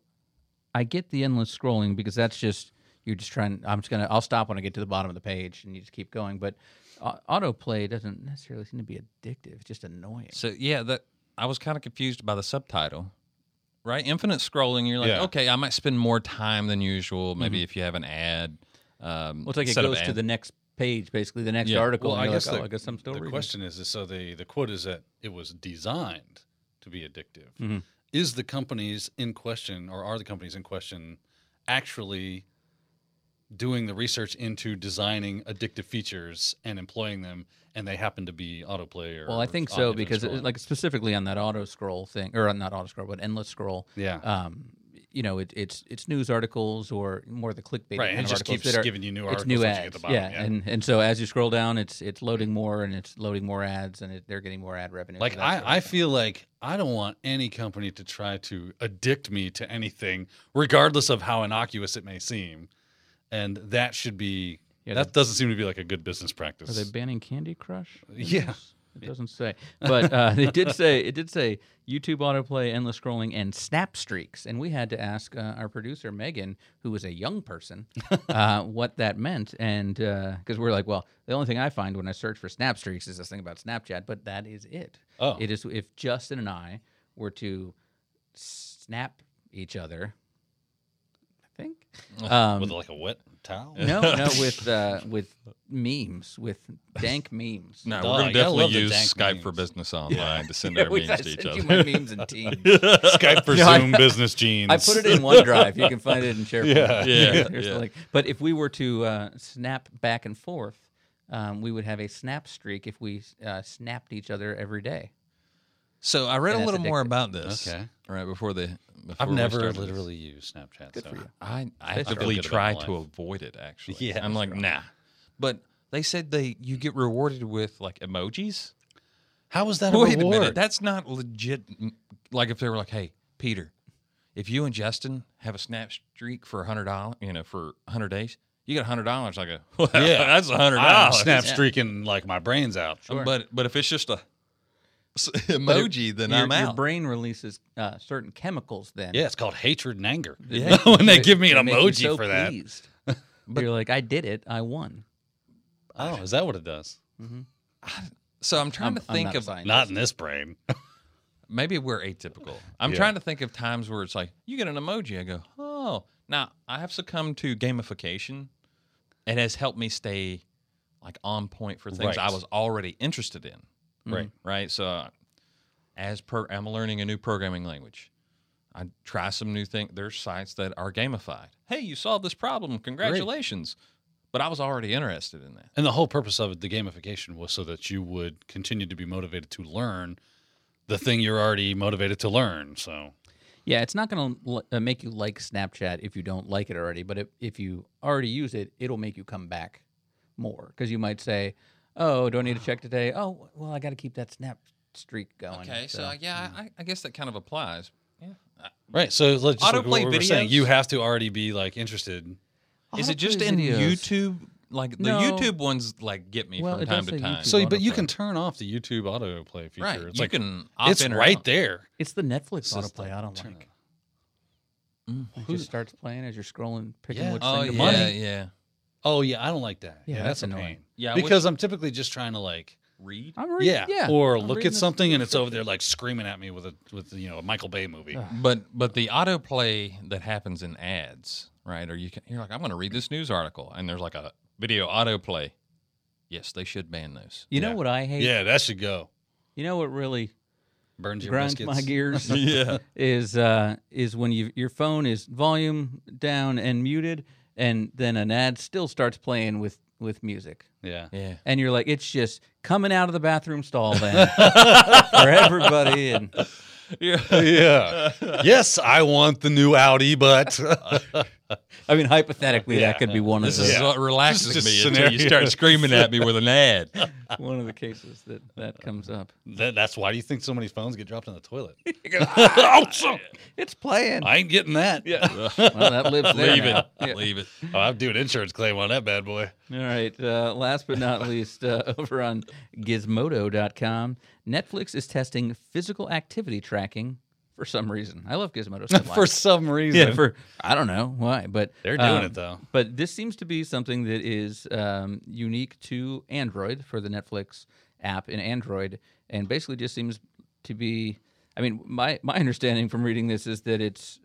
Speaker 1: I get the endless scrolling because that's just, you're just trying, I'm just going to, I'll stop when I get to the bottom of the page and you just keep going. But uh, autoplay doesn't necessarily seem to be addictive, it's just annoying.
Speaker 2: So yeah, that I was kind of confused by the subtitle. Right? Infinite scrolling, you're like,
Speaker 3: Yeah.
Speaker 2: okay, I might spend more time than usual. Maybe if you have an ad. Um,
Speaker 1: Well, it's like it
Speaker 2: instead of
Speaker 1: goes to
Speaker 2: ad-
Speaker 1: the next page, basically, the next
Speaker 2: Yeah.
Speaker 1: article.
Speaker 3: well,
Speaker 1: and
Speaker 3: I
Speaker 1: you're
Speaker 3: guess,
Speaker 1: like,
Speaker 3: the,
Speaker 1: oh, I guess I'm still
Speaker 3: the
Speaker 1: reading.
Speaker 3: question is, is so the, the quote is that it was designed to be addictive.
Speaker 1: Mhm.
Speaker 3: Is the companies in question, or are the companies in question actually doing the research into designing addictive features and employing them, and they happen to be autoplay or
Speaker 1: Well, I think
Speaker 3: or
Speaker 1: so
Speaker 3: infinite
Speaker 1: because it,
Speaker 3: scrolling.
Speaker 1: like specifically on that auto scroll thing, or not auto scroll, but endless scroll.
Speaker 3: yeah,
Speaker 1: Um, you know, it, it's it's news articles or more the clickbait.
Speaker 3: right,
Speaker 1: kind
Speaker 3: and it
Speaker 1: of
Speaker 3: just
Speaker 1: articles
Speaker 3: keeps
Speaker 1: that are-
Speaker 3: giving you new
Speaker 1: it's
Speaker 3: articles
Speaker 1: new
Speaker 3: that you get at
Speaker 1: ads,
Speaker 3: the bottom.
Speaker 1: yeah, and and so as you scroll down, it's it's loading more and it's loading more ads, and it, they're getting more ad revenue.
Speaker 3: Like
Speaker 1: so that's
Speaker 3: I, I feel like I don't want any company to try to addict me to anything, regardless of how innocuous it may seem. And that should be
Speaker 1: Yeah,
Speaker 3: that doesn't seem to be like a good business practice.
Speaker 1: Are they banning Candy Crush? in
Speaker 3: Yeah.
Speaker 1: this? It doesn't say, but uh, they did say it did say YouTube autoplay, endless scrolling, and snap streaks. And we had to ask uh, our producer Megan, who was a young person, uh, what that meant, and because we're like, well, the only thing I find when I search for snap streaks is this thing about Snapchat, but that is it.
Speaker 3: oh,
Speaker 1: It is if Justin and I were to snap each other. I think um,
Speaker 3: with like a wet towel?
Speaker 1: no, no, with uh, with memes, with dank memes.
Speaker 2: No,
Speaker 3: Duh,
Speaker 2: we're
Speaker 3: yeah, I
Speaker 2: gonna definitely
Speaker 3: love the
Speaker 2: use
Speaker 3: dank
Speaker 2: Skype for
Speaker 3: memes.
Speaker 2: Business Online to send
Speaker 1: Yeah,
Speaker 2: our
Speaker 1: we- I
Speaker 2: memes to
Speaker 1: sent
Speaker 2: each
Speaker 1: you
Speaker 2: other.
Speaker 1: my memes and teams.
Speaker 3: Skype for
Speaker 1: No, I-
Speaker 3: Zoom business jeans.
Speaker 1: I put it in OneDrive. You can find it in SharePoint.
Speaker 3: Yeah,
Speaker 2: yeah,
Speaker 1: There's
Speaker 2: yeah.
Speaker 1: like- but if we were to uh, snap back and forth, um, we would have a snap streak if we uh, snapped each other every day.
Speaker 2: So I read
Speaker 1: And
Speaker 2: a
Speaker 1: that's
Speaker 2: little more
Speaker 1: addictive.
Speaker 2: about this.
Speaker 3: Okay.
Speaker 2: Right before the. Before
Speaker 3: I've
Speaker 2: we
Speaker 3: never
Speaker 2: started.
Speaker 3: literally used Snapchat. so.
Speaker 2: I
Speaker 3: feel
Speaker 2: actively
Speaker 3: good about
Speaker 2: try
Speaker 3: my
Speaker 2: to
Speaker 3: life.
Speaker 2: avoid it. Actually,
Speaker 3: Yeah.
Speaker 2: I'm like nah. But they said they you get rewarded with like emojis.
Speaker 3: How was that a
Speaker 2: Wait
Speaker 3: reward?
Speaker 2: a minute, that's not legit. Like if they were like, hey, Peter, if you and Justin have a snap streak for hundred dollars, you know, for hundred days, you get hundred dollars. I go, well,
Speaker 3: Yeah.
Speaker 2: yeah, that's hundred
Speaker 3: I'm
Speaker 2: dollars.
Speaker 3: snap streaking like my brains out.
Speaker 1: Sure.
Speaker 2: But but if it's just a s- emoji, then
Speaker 1: your,
Speaker 2: I'm
Speaker 1: your
Speaker 2: out.
Speaker 1: brain releases uh, certain chemicals. Then
Speaker 3: Yeah, it's called hatred and anger.
Speaker 2: Yeah.
Speaker 3: when they give me an
Speaker 1: make you
Speaker 3: emoji
Speaker 1: so
Speaker 3: for that.
Speaker 1: pleased. You're like, I did it. I won.
Speaker 3: Oh, is that what it does?
Speaker 2: so I'm trying
Speaker 1: I'm,
Speaker 2: to
Speaker 1: I'm
Speaker 2: think
Speaker 1: not a
Speaker 2: of
Speaker 1: scientist.
Speaker 3: Not in this brain.
Speaker 2: maybe we're atypical. I'm
Speaker 3: Yeah.
Speaker 2: trying to think of times where it's like you get an emoji. I go, oh. Now I have succumbed to gamification. It has helped me stay like on point for things
Speaker 3: Right. Mm-hmm.
Speaker 2: I was already interested in.
Speaker 3: Right.
Speaker 2: Right. So uh, as per, I'm learning a new programming language. I try some new thing. There's sites that are gamified. Hey, you solved this problem. Congratulations. But I was already interested in that.
Speaker 3: And the whole purpose of it, the gamification was so that you would continue to be motivated to learn the thing you're already motivated to learn. So
Speaker 1: Yeah, it's not going to uh, make you like Snapchat if you don't like it already, but if, if you already use it, it'll make you come back more because you might say, "Oh, do I need to check today? Oh, well, I got to keep that snap streak going."
Speaker 2: Okay. So, yeah,
Speaker 3: mm.
Speaker 2: I, I guess that kind of applies. Yeah.
Speaker 3: right. So let's just like
Speaker 2: Autoplay
Speaker 3: what we were saying,
Speaker 2: videos?
Speaker 3: you have to already be like interested.
Speaker 2: Is it just
Speaker 1: Autoplay
Speaker 2: in
Speaker 1: videos.
Speaker 2: YouTube? Like the
Speaker 1: No. YouTube
Speaker 2: YouTube ones, like get me
Speaker 1: Well, from it
Speaker 2: from
Speaker 1: does time to
Speaker 2: time
Speaker 1: say
Speaker 2: to
Speaker 1: time.
Speaker 2: time.
Speaker 1: YouTube.
Speaker 3: So, but you
Speaker 1: autoplay.
Speaker 3: can turn off the YouTube autoplay feature.
Speaker 2: right,
Speaker 3: It's
Speaker 2: you
Speaker 3: like
Speaker 2: can.
Speaker 3: it's right there.
Speaker 1: It's the Netflix
Speaker 3: It's
Speaker 1: autoplay I don't like.
Speaker 2: Mm.
Speaker 1: It just starts playing as you're scrolling, picking
Speaker 3: Yeah.
Speaker 1: which
Speaker 2: Oh
Speaker 1: thing
Speaker 2: yeah,
Speaker 1: to buy.
Speaker 3: money.
Speaker 2: yeah,
Speaker 3: Oh yeah, I don't like that.
Speaker 1: Yeah,
Speaker 3: Yeah,
Speaker 1: that's
Speaker 3: that's, annoying.
Speaker 1: annoying.
Speaker 2: yeah.
Speaker 3: because I'm typically just trying to like
Speaker 2: read.
Speaker 1: I'm reading,
Speaker 3: yeah,
Speaker 1: yeah.
Speaker 3: or
Speaker 1: I'm
Speaker 3: look
Speaker 1: reading
Speaker 3: at
Speaker 1: this-
Speaker 3: something and it's over there like screaming at me with a with you know a Michael Bay movie.
Speaker 1: Ugh.
Speaker 2: But but the autoplay that happens in ads, right? Or you can, you're like, I'm going to read this news article, and there's like a video autoplay. Yes, they should ban those.
Speaker 1: You know
Speaker 3: Yeah.
Speaker 1: what I hate?
Speaker 3: Yeah, that should go.
Speaker 1: You know what really
Speaker 3: Burns your
Speaker 1: grinds
Speaker 3: biscuits.
Speaker 1: my gears?
Speaker 2: yeah,
Speaker 1: is uh, is when you your phone is volume down and muted, and then an ad still starts playing with with music,
Speaker 3: Yeah.
Speaker 2: yeah.
Speaker 1: and you're like, it's just coming out of the bathroom stall then for everybody, and
Speaker 3: yeah. Yes, I want the new Audi, but
Speaker 1: I mean hypothetically
Speaker 3: Yeah.
Speaker 1: that could be one of
Speaker 2: This
Speaker 1: the
Speaker 2: is
Speaker 3: Yeah.
Speaker 2: what relaxes
Speaker 3: This is
Speaker 2: me
Speaker 3: just
Speaker 2: until you start
Speaker 3: scenarios.
Speaker 2: screaming at me with an ad.
Speaker 1: one of the cases that that comes up.
Speaker 3: That, that's why do you think so many phones get dropped in the toilet?
Speaker 1: It's playing.
Speaker 3: I ain't getting that. Yeah.
Speaker 1: Well, that lives there.
Speaker 2: Leave it.
Speaker 1: now. Yeah.
Speaker 2: Leave it.
Speaker 3: Oh, I'm doing insurance claim on that bad boy.
Speaker 1: All right. Uh, last but not least, uh, over on Gizmodo.com, Netflix is testing physical activity tracking for some reason. I love Gizmodo. So much.
Speaker 3: For some reason.
Speaker 1: yeah, for I don't know why, but
Speaker 3: They're doing
Speaker 1: um,
Speaker 3: it though.
Speaker 1: But this seems to be something that is um, unique to Android for the Netflix app in Android, and basically just seems to be. I mean, my my understanding from reading this is that it's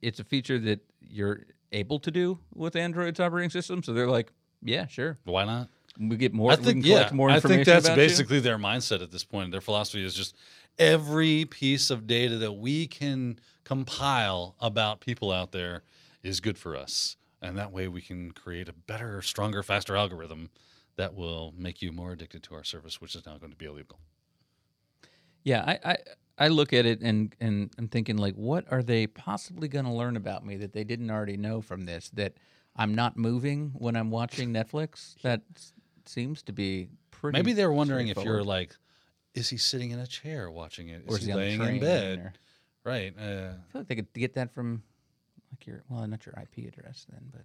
Speaker 1: it's a feature that you're able to do with Android's operating system. So they're like, yeah, sure,
Speaker 3: Why not?
Speaker 1: we get more.
Speaker 3: I
Speaker 1: we can
Speaker 3: think yeah.
Speaker 1: collect more
Speaker 3: I
Speaker 1: information.
Speaker 3: think that's
Speaker 1: about you.
Speaker 3: basically their mindset at this point. Their philosophy is just every piece of data that we can compile about people out there is good for us. and that way we can create a better, stronger, faster algorithm that will make you more addicted to our service, which is now going to be illegal.
Speaker 1: Yeah, I, I I look at it and and I'm thinking like, what are they possibly going to learn about me that they didn't already know from this? That I'm not moving when I'm watching Netflix. That s- seems to be pretty.
Speaker 3: Maybe they're wondering if you're
Speaker 1: straightforward.
Speaker 3: like, is he sitting in a chair watching it? Is
Speaker 1: or is
Speaker 3: he,
Speaker 1: he on the
Speaker 3: laying
Speaker 1: train
Speaker 3: in bed?
Speaker 1: or-
Speaker 3: Right. Uh,
Speaker 1: I feel like they could get that from like your well, not your IP address then, but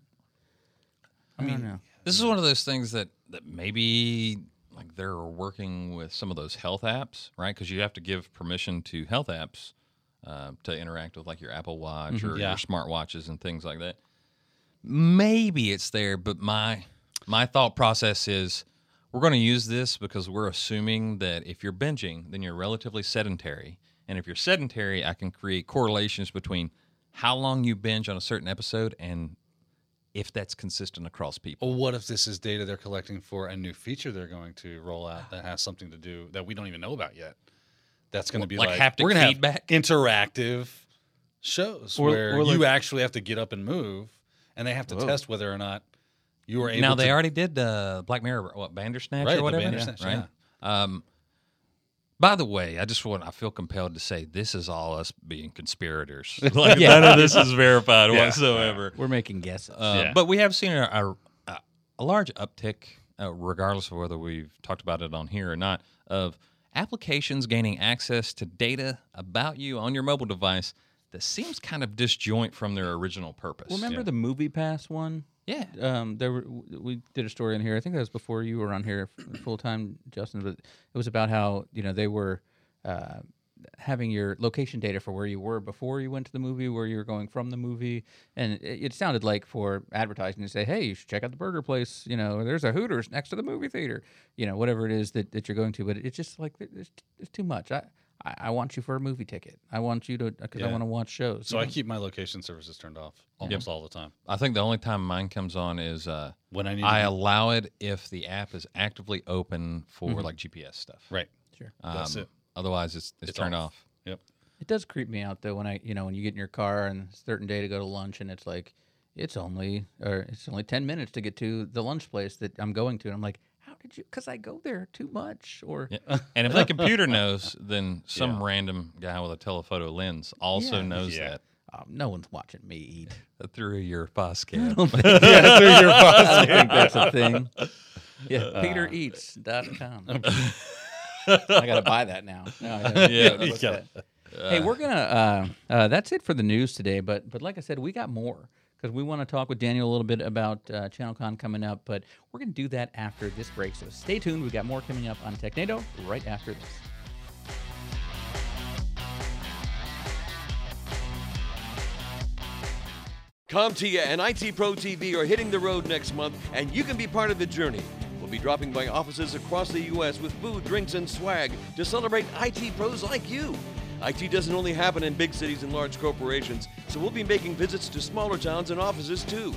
Speaker 1: I, mean, don't know.
Speaker 2: This is one of those things that that maybe like they're working with some of those health apps, right? Because you have to give permission to health apps uh, to interact with like your Apple Watch or
Speaker 3: Yeah.
Speaker 2: your smartwatches and things like that. Maybe it's there, but my my thought process is we're going to use this because we're assuming that if you're binging, then you're relatively sedentary, and if you're sedentary, I can create correlations between how long you binge on a certain episode and if that's consistent across people.
Speaker 3: Well, what if this is data they're collecting for a new feature they're going to roll out that has something to do that we don't even know about yet? That's going to be
Speaker 2: Like
Speaker 3: like,
Speaker 2: haptic
Speaker 3: we're gonna have
Speaker 2: feedback?
Speaker 3: interactive shows
Speaker 1: Or-
Speaker 3: where
Speaker 1: or
Speaker 3: you
Speaker 1: like-
Speaker 3: actually have to get up and move, and they have to test whether or not you are able.
Speaker 2: Now they
Speaker 3: to,
Speaker 2: already did uh, Black Mirror, what Bandersnatch
Speaker 3: Right, the
Speaker 2: or whatever,
Speaker 3: Bandersnatch,
Speaker 2: right? Um, by the way, I just want—I feel compelled to say this is all us being conspirators. Like none of this is verified whatsoever.
Speaker 1: We're making guesses.
Speaker 2: Uh,
Speaker 3: Yeah.
Speaker 2: But we have seen a, a, a large uptick, uh, regardless of whether we've talked about it on here or not, of applications gaining access to data about you on your mobile device that seems kind of disjoint from their original purpose.
Speaker 1: Remember the Movie Pass one?
Speaker 2: yeah.
Speaker 1: um, there were, w- we did a story in here. I think that was before you were on here full time, Justin. But it was about how you know they were uh, having your location data for where you were before you went to the movie, where you were going from the movie, and it, it sounded like for advertising to say, "Hey, you should check out the burger place." You know, there's a Hooters next to the movie theater. You know, whatever it is that, that you're going to. But it's just like there- it's, it's too much. I, I I want you for a movie ticket. I want you to because I
Speaker 3: Yeah.
Speaker 1: want to watch shows.
Speaker 3: so I keep my location services turned off almost all the time
Speaker 2: I think the only time mine comes on is uh,
Speaker 3: when I need.
Speaker 2: I
Speaker 3: to
Speaker 2: allow it if the app is actively open for like GPS stuff.
Speaker 3: Mm-hmm.
Speaker 2: Um,
Speaker 3: right.
Speaker 1: sure.
Speaker 3: That's it.
Speaker 2: Otherwise, it's, it's, turned off.
Speaker 3: Yep.
Speaker 1: It does creep me out though when I, you know, when you get in your car and it's a certain day to go to lunch and it's like, it's only or it's only ten minutes to get to the lunch place that I'm going to, and I'm like, how did you? Because I go there too much, or
Speaker 2: Yeah. And if the computer knows, then some random guy with a telephoto lens also
Speaker 1: Yeah.
Speaker 2: knows
Speaker 3: Yeah.
Speaker 1: um, no one's watching me eat.
Speaker 2: that through your podcast.
Speaker 1: I don't think that's a thing. Yeah, PeterEats.com. I gotta buy that now. No, I don't.
Speaker 2: Yeah,
Speaker 1: What's
Speaker 3: you gotta-
Speaker 1: that? hey, we're gonna. Uh, uh, that's it for the news today. But but like I said, we got more because we want to talk with Daniel a little bit about uh, ChannelCon coming up. But we're gonna do that after this break. So stay tuned. We got more coming up on TechNado right after this.
Speaker 4: CompTIA and IT Pro TV are hitting the road next month, and you can be part of the journey. We'll be dropping by offices across the U.S. with food, drinks, and swag to celebrate IT pros like you. IT doesn't only happen in big cities and large corporations, so we'll be making visits to smaller towns and offices too.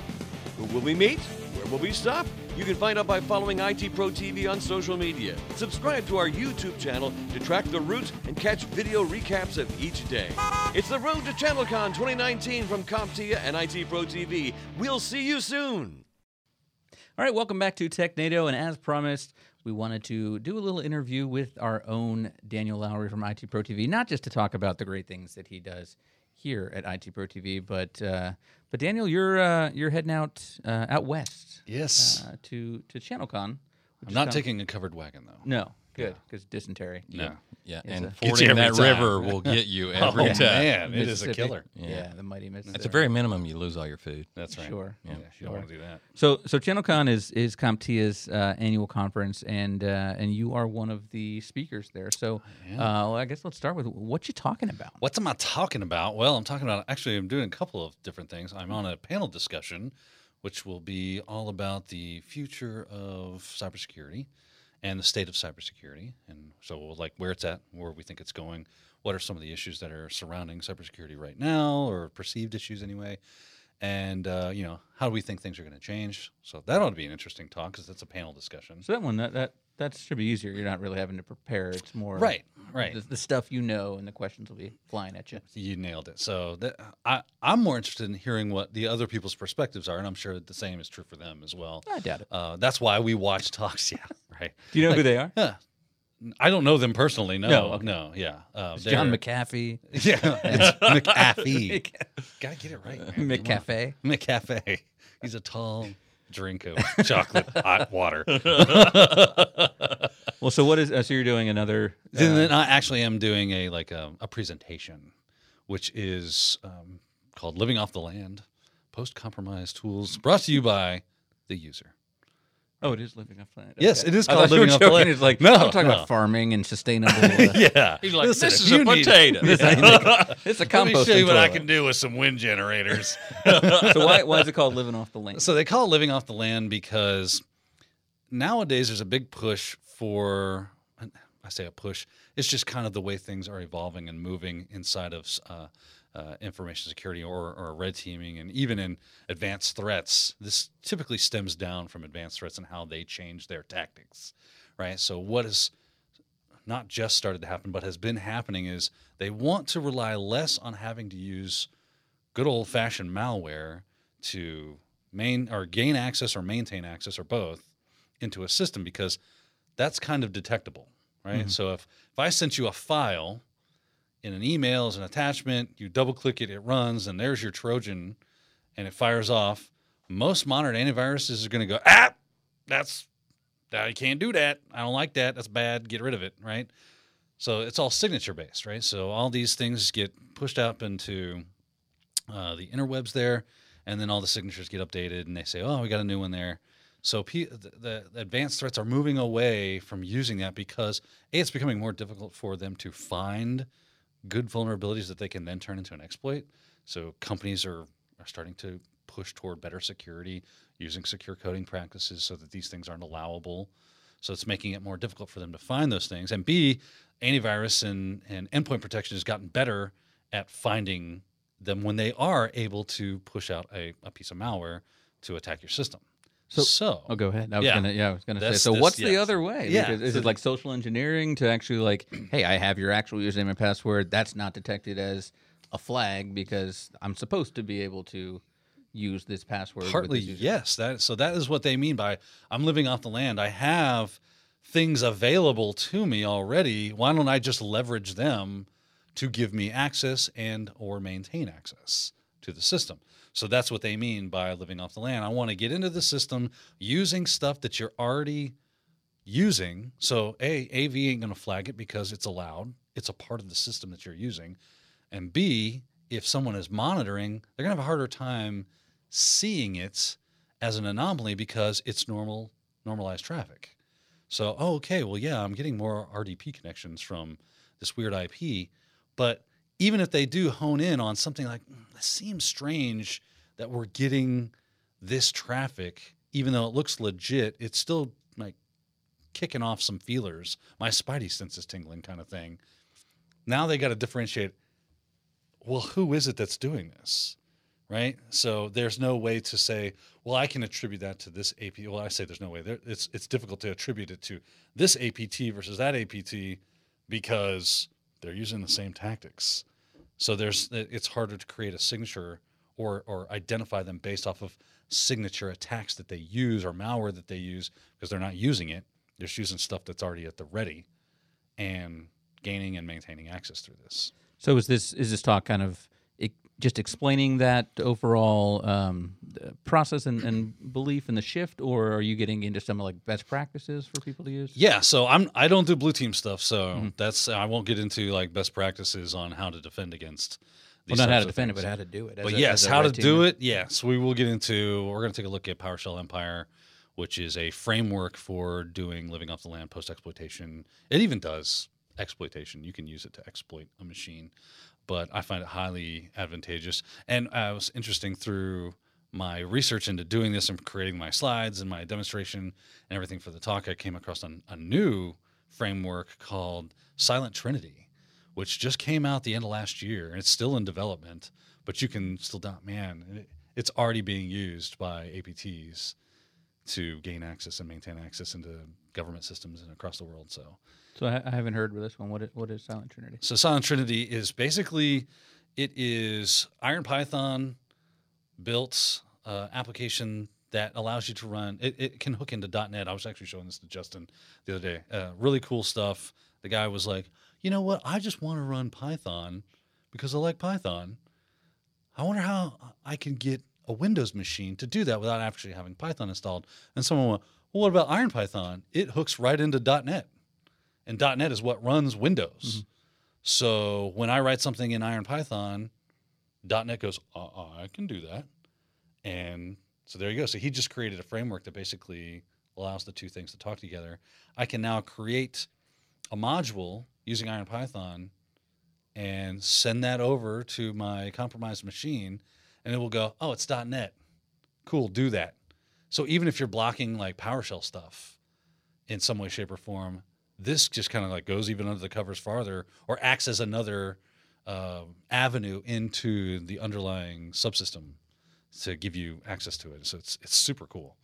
Speaker 4: Who will we meet? Where will we stop? You can find out by following IT Pro TV on social media. Subscribe to our YouTube channel to track the route and catch video recaps of each day. It's the Road to ChannelCon 2019 from CompTIA and IT Pro TV. We'll see you soon.
Speaker 1: All right, welcome back to TechNado. And as promised, we wanted to do a little interview with our own Daniel Lowry from IT Pro TV, not just to talk about the great things that he does here at IT Pro TV, but uh, but Daniel, you're uh, you're heading out uh, out west
Speaker 3: Yes.
Speaker 1: uh, to to ChannelCon. which
Speaker 3: I'm
Speaker 1: is
Speaker 3: not
Speaker 1: com-
Speaker 3: taking a covered wagon though.
Speaker 1: No, good because dysentery.
Speaker 3: No.
Speaker 2: Yeah.
Speaker 1: It's a-
Speaker 2: And
Speaker 1: Gets
Speaker 3: you
Speaker 2: fording that
Speaker 3: every time.
Speaker 2: river will get you
Speaker 3: Oh
Speaker 2: every time.
Speaker 3: man, it is a
Speaker 1: Mississippi.
Speaker 3: killer.
Speaker 1: Yeah, the mighty Mississippi.
Speaker 2: At the very minimum, you lose all your food.
Speaker 3: That's right.
Speaker 1: Sure.
Speaker 3: Yeah, you don't want to do that.
Speaker 1: So, so ChannelCon is is CompTIA's uh, annual conference, and uh, and you are one of the speakers there. So, uh, well, I guess let's start with what you talking about.
Speaker 3: What am I talking about? Well, I'm talking about actually, I'm doing a couple of different things. I'm on a panel discussion, which will be all about the future of cybersecurity and the state of cybersecurity. And so, like, where it's at, where we think it's going, what are some of the issues that are surrounding cybersecurity right now, or perceived issues anyway. and uh, you know how do we think things are going to change. So that ought to be an interesting talk because that's a panel discussion.
Speaker 1: So that one that that that should be easier. You're not really having to prepare. It's more
Speaker 3: Right, right.
Speaker 1: The, the stuff you know, and the questions will be flying at you.
Speaker 3: You nailed it. So that, I, I'm more interested in hearing what the other people's perspectives are, and I'm sure that the same is true for them as well.
Speaker 1: I doubt it.
Speaker 3: Uh, that's why we watch talks. Yeah, right.
Speaker 1: Do you know who they are?
Speaker 3: Yeah. I don't know them personally. No,
Speaker 1: No,
Speaker 3: no,
Speaker 1: okay.
Speaker 3: yeah. Uh,
Speaker 1: It's John
Speaker 3: they're-
Speaker 1: McAfee,
Speaker 3: Yeah, it's McAfee. Gotta get it right. man.
Speaker 1: McCafe.
Speaker 3: McCafe. He's a tall drink of chocolate hot water.
Speaker 1: Well, so what is? Uh, so you're doing another? uh,
Speaker 3: then, then I actually am doing a like um, a presentation, which is um, called "Living Off the Land: Post Compromise Tools," brought to you by the user.
Speaker 1: Oh, it is living off planet.
Speaker 3: Yes,
Speaker 1: Okay.
Speaker 3: it is
Speaker 1: I
Speaker 3: called
Speaker 1: thought you were
Speaker 3: Living Off the
Speaker 1: joking.
Speaker 3: Land.
Speaker 1: It's like
Speaker 3: No,
Speaker 1: I'm talking
Speaker 3: no.
Speaker 1: about farming and sustainable. uh,
Speaker 3: Yeah,
Speaker 2: He's like,
Speaker 3: Listen,
Speaker 2: this
Speaker 3: if
Speaker 2: is a
Speaker 3: you need-
Speaker 2: potato.
Speaker 1: It's a
Speaker 3: Let me
Speaker 1: compost.
Speaker 3: show you what I can do with some wind generators.
Speaker 1: So why, why is it called living off the land?
Speaker 3: So they call it living off the land because nowadays there's a big push for, I say a push, it's just kind of the way things are evolving and moving inside of uh, uh, information security or, or red teaming and even in advanced threats. This typically stems down from advanced threats and how they change their tactics, right? So what is not just started to happen, but has been happening is they want to rely less on having to use good old fashioned malware to main or gain access or maintain access or both into a system because that's kind of detectable, right? So if if I sent you a file in an email as an attachment, you double click it, it runs, and there's your Trojan, and it fires off. Most modern antiviruses are going to go, ah, that's that you can't do that. I don't like that. That's bad. Get rid of it, right? So it's all signature based, right? So all these things get pushed up into uh, the interwebs there, and then all the signatures get updated, and they say, "Oh, we got a new one there." So P- the, the advanced threats are moving away from using that because a, it's becoming more difficult for them to find good vulnerabilities that they can then turn into an exploit. So companies are are starting to push toward better security using secure coding practices so that these things aren't allowable. So it's making it more difficult for them to find those things. And B, antivirus and, and endpoint protection has gotten better at finding them when they are able to push out a, a piece of malware to attack your system.
Speaker 1: So-
Speaker 3: So,
Speaker 1: Oh, go ahead. I was
Speaker 3: Yeah.
Speaker 1: gonna, yeah, I was gonna say.
Speaker 3: That's-
Speaker 1: So,
Speaker 3: this-
Speaker 1: what's the
Speaker 3: yeah.
Speaker 1: other way?
Speaker 3: Yeah.
Speaker 1: Because is
Speaker 3: So
Speaker 1: it like social engineering to actually like, hey, I have your actual username and password. That's not detected as a flag because I'm supposed to be able to use this password. with
Speaker 3: Partly,
Speaker 1: this user-
Speaker 3: yes. That so that is what they mean by I'm living off the land. I have things available to me already. Why don't I just leverage them to give me access and or maintain access to the system? So that's what they mean by living off the land. I want to get into the system using stuff that you're already using. So A, AV ain't going to flag it because it's allowed. It's a part of the system that you're using. And B, if someone is monitoring, they're going to have a harder time seeing it as an anomaly because it's normal normalized traffic. So, oh, okay, well, yeah, I'm getting more RDP connections from this weird IP, but even if they do hone in on something like "Mm, this seems strange that we're getting this traffic, even though it looks legit, it's still like kicking off some feelers, my spidey sense is tingling kind of thing. Now they got to differentiate. Well, who is it that's doing this? right? So there's no way to say, well, I can attribute that to this AP. Well, I say there's no way. There, it's it's difficult to attribute it to this APT versus that APT because they're using the same tactics. So there's it- it's harder to create a signature or or identify them based off of signature attacks that they use or malware that they use because they're not using it. They're just using stuff that's already at the ready and gaining and maintaining access through this.
Speaker 1: So is this is this talk kind of e- just explaining that overall um, uh, process and, and belief in the shift, or are you getting into some like best practices for people to use?
Speaker 3: Yeah, so I'm I don't do blue team stuff, so
Speaker 1: Mm-hmm.
Speaker 3: that's I won't get into like best practices on how to defend against.
Speaker 1: Well,
Speaker 3: These
Speaker 1: not how
Speaker 3: types
Speaker 1: to
Speaker 3: of
Speaker 1: defend it,
Speaker 3: things.
Speaker 1: but how to do it. as
Speaker 3: But
Speaker 1: a-
Speaker 3: yes,
Speaker 1: as a
Speaker 3: how to
Speaker 1: red teamer.
Speaker 3: do it. Yes, we will get into. We're going to take a look at PowerShell Empire, which is a framework for doing living off the land post exploitation. It even does exploitation. You can use it to exploit a machine, but I find it highly advantageous. And uh, it was interesting through my research into doing this and creating my slides and my demonstration and everything for the talk. I came across an, a new framework called Silent Trinity which just came out the end of last year and it's still in development, but you can still down man, it, it's already being used by APTs to gain access and maintain access into government systems and across the world. So,
Speaker 1: So I, I haven't heard with this one. What is, what is Silent Trinity?
Speaker 3: so Silent Trinity is basically it is Iron Python built uh, application that allows you to run. It, it can hook into .NET. I was actually showing this to Justin the other day. Uh, really cool stuff. The guy was like, you know what? I just want to run Python because I like Python. I wonder how I can get a Windows machine to do that without actually having Python installed. And someone went, well, what about Iron Python? It hooks right into .NET, and .NET is what runs Windows. So when I write something in Iron Python, .NET goes, uh, uh, I can do that. And so there you go. So he just created a framework that basically allows the two things to talk together. I can now create a module using Iron Python and send that over to my compromised machine, and it will go, oh, it's .NET. Cool, do that. So even if you're blocking like PowerShell stuff in some way, shape, or form, this just kind of like goes even under the covers farther, or acts as another uh, avenue into the underlying subsystem to give you access to it. So it's it's super cool.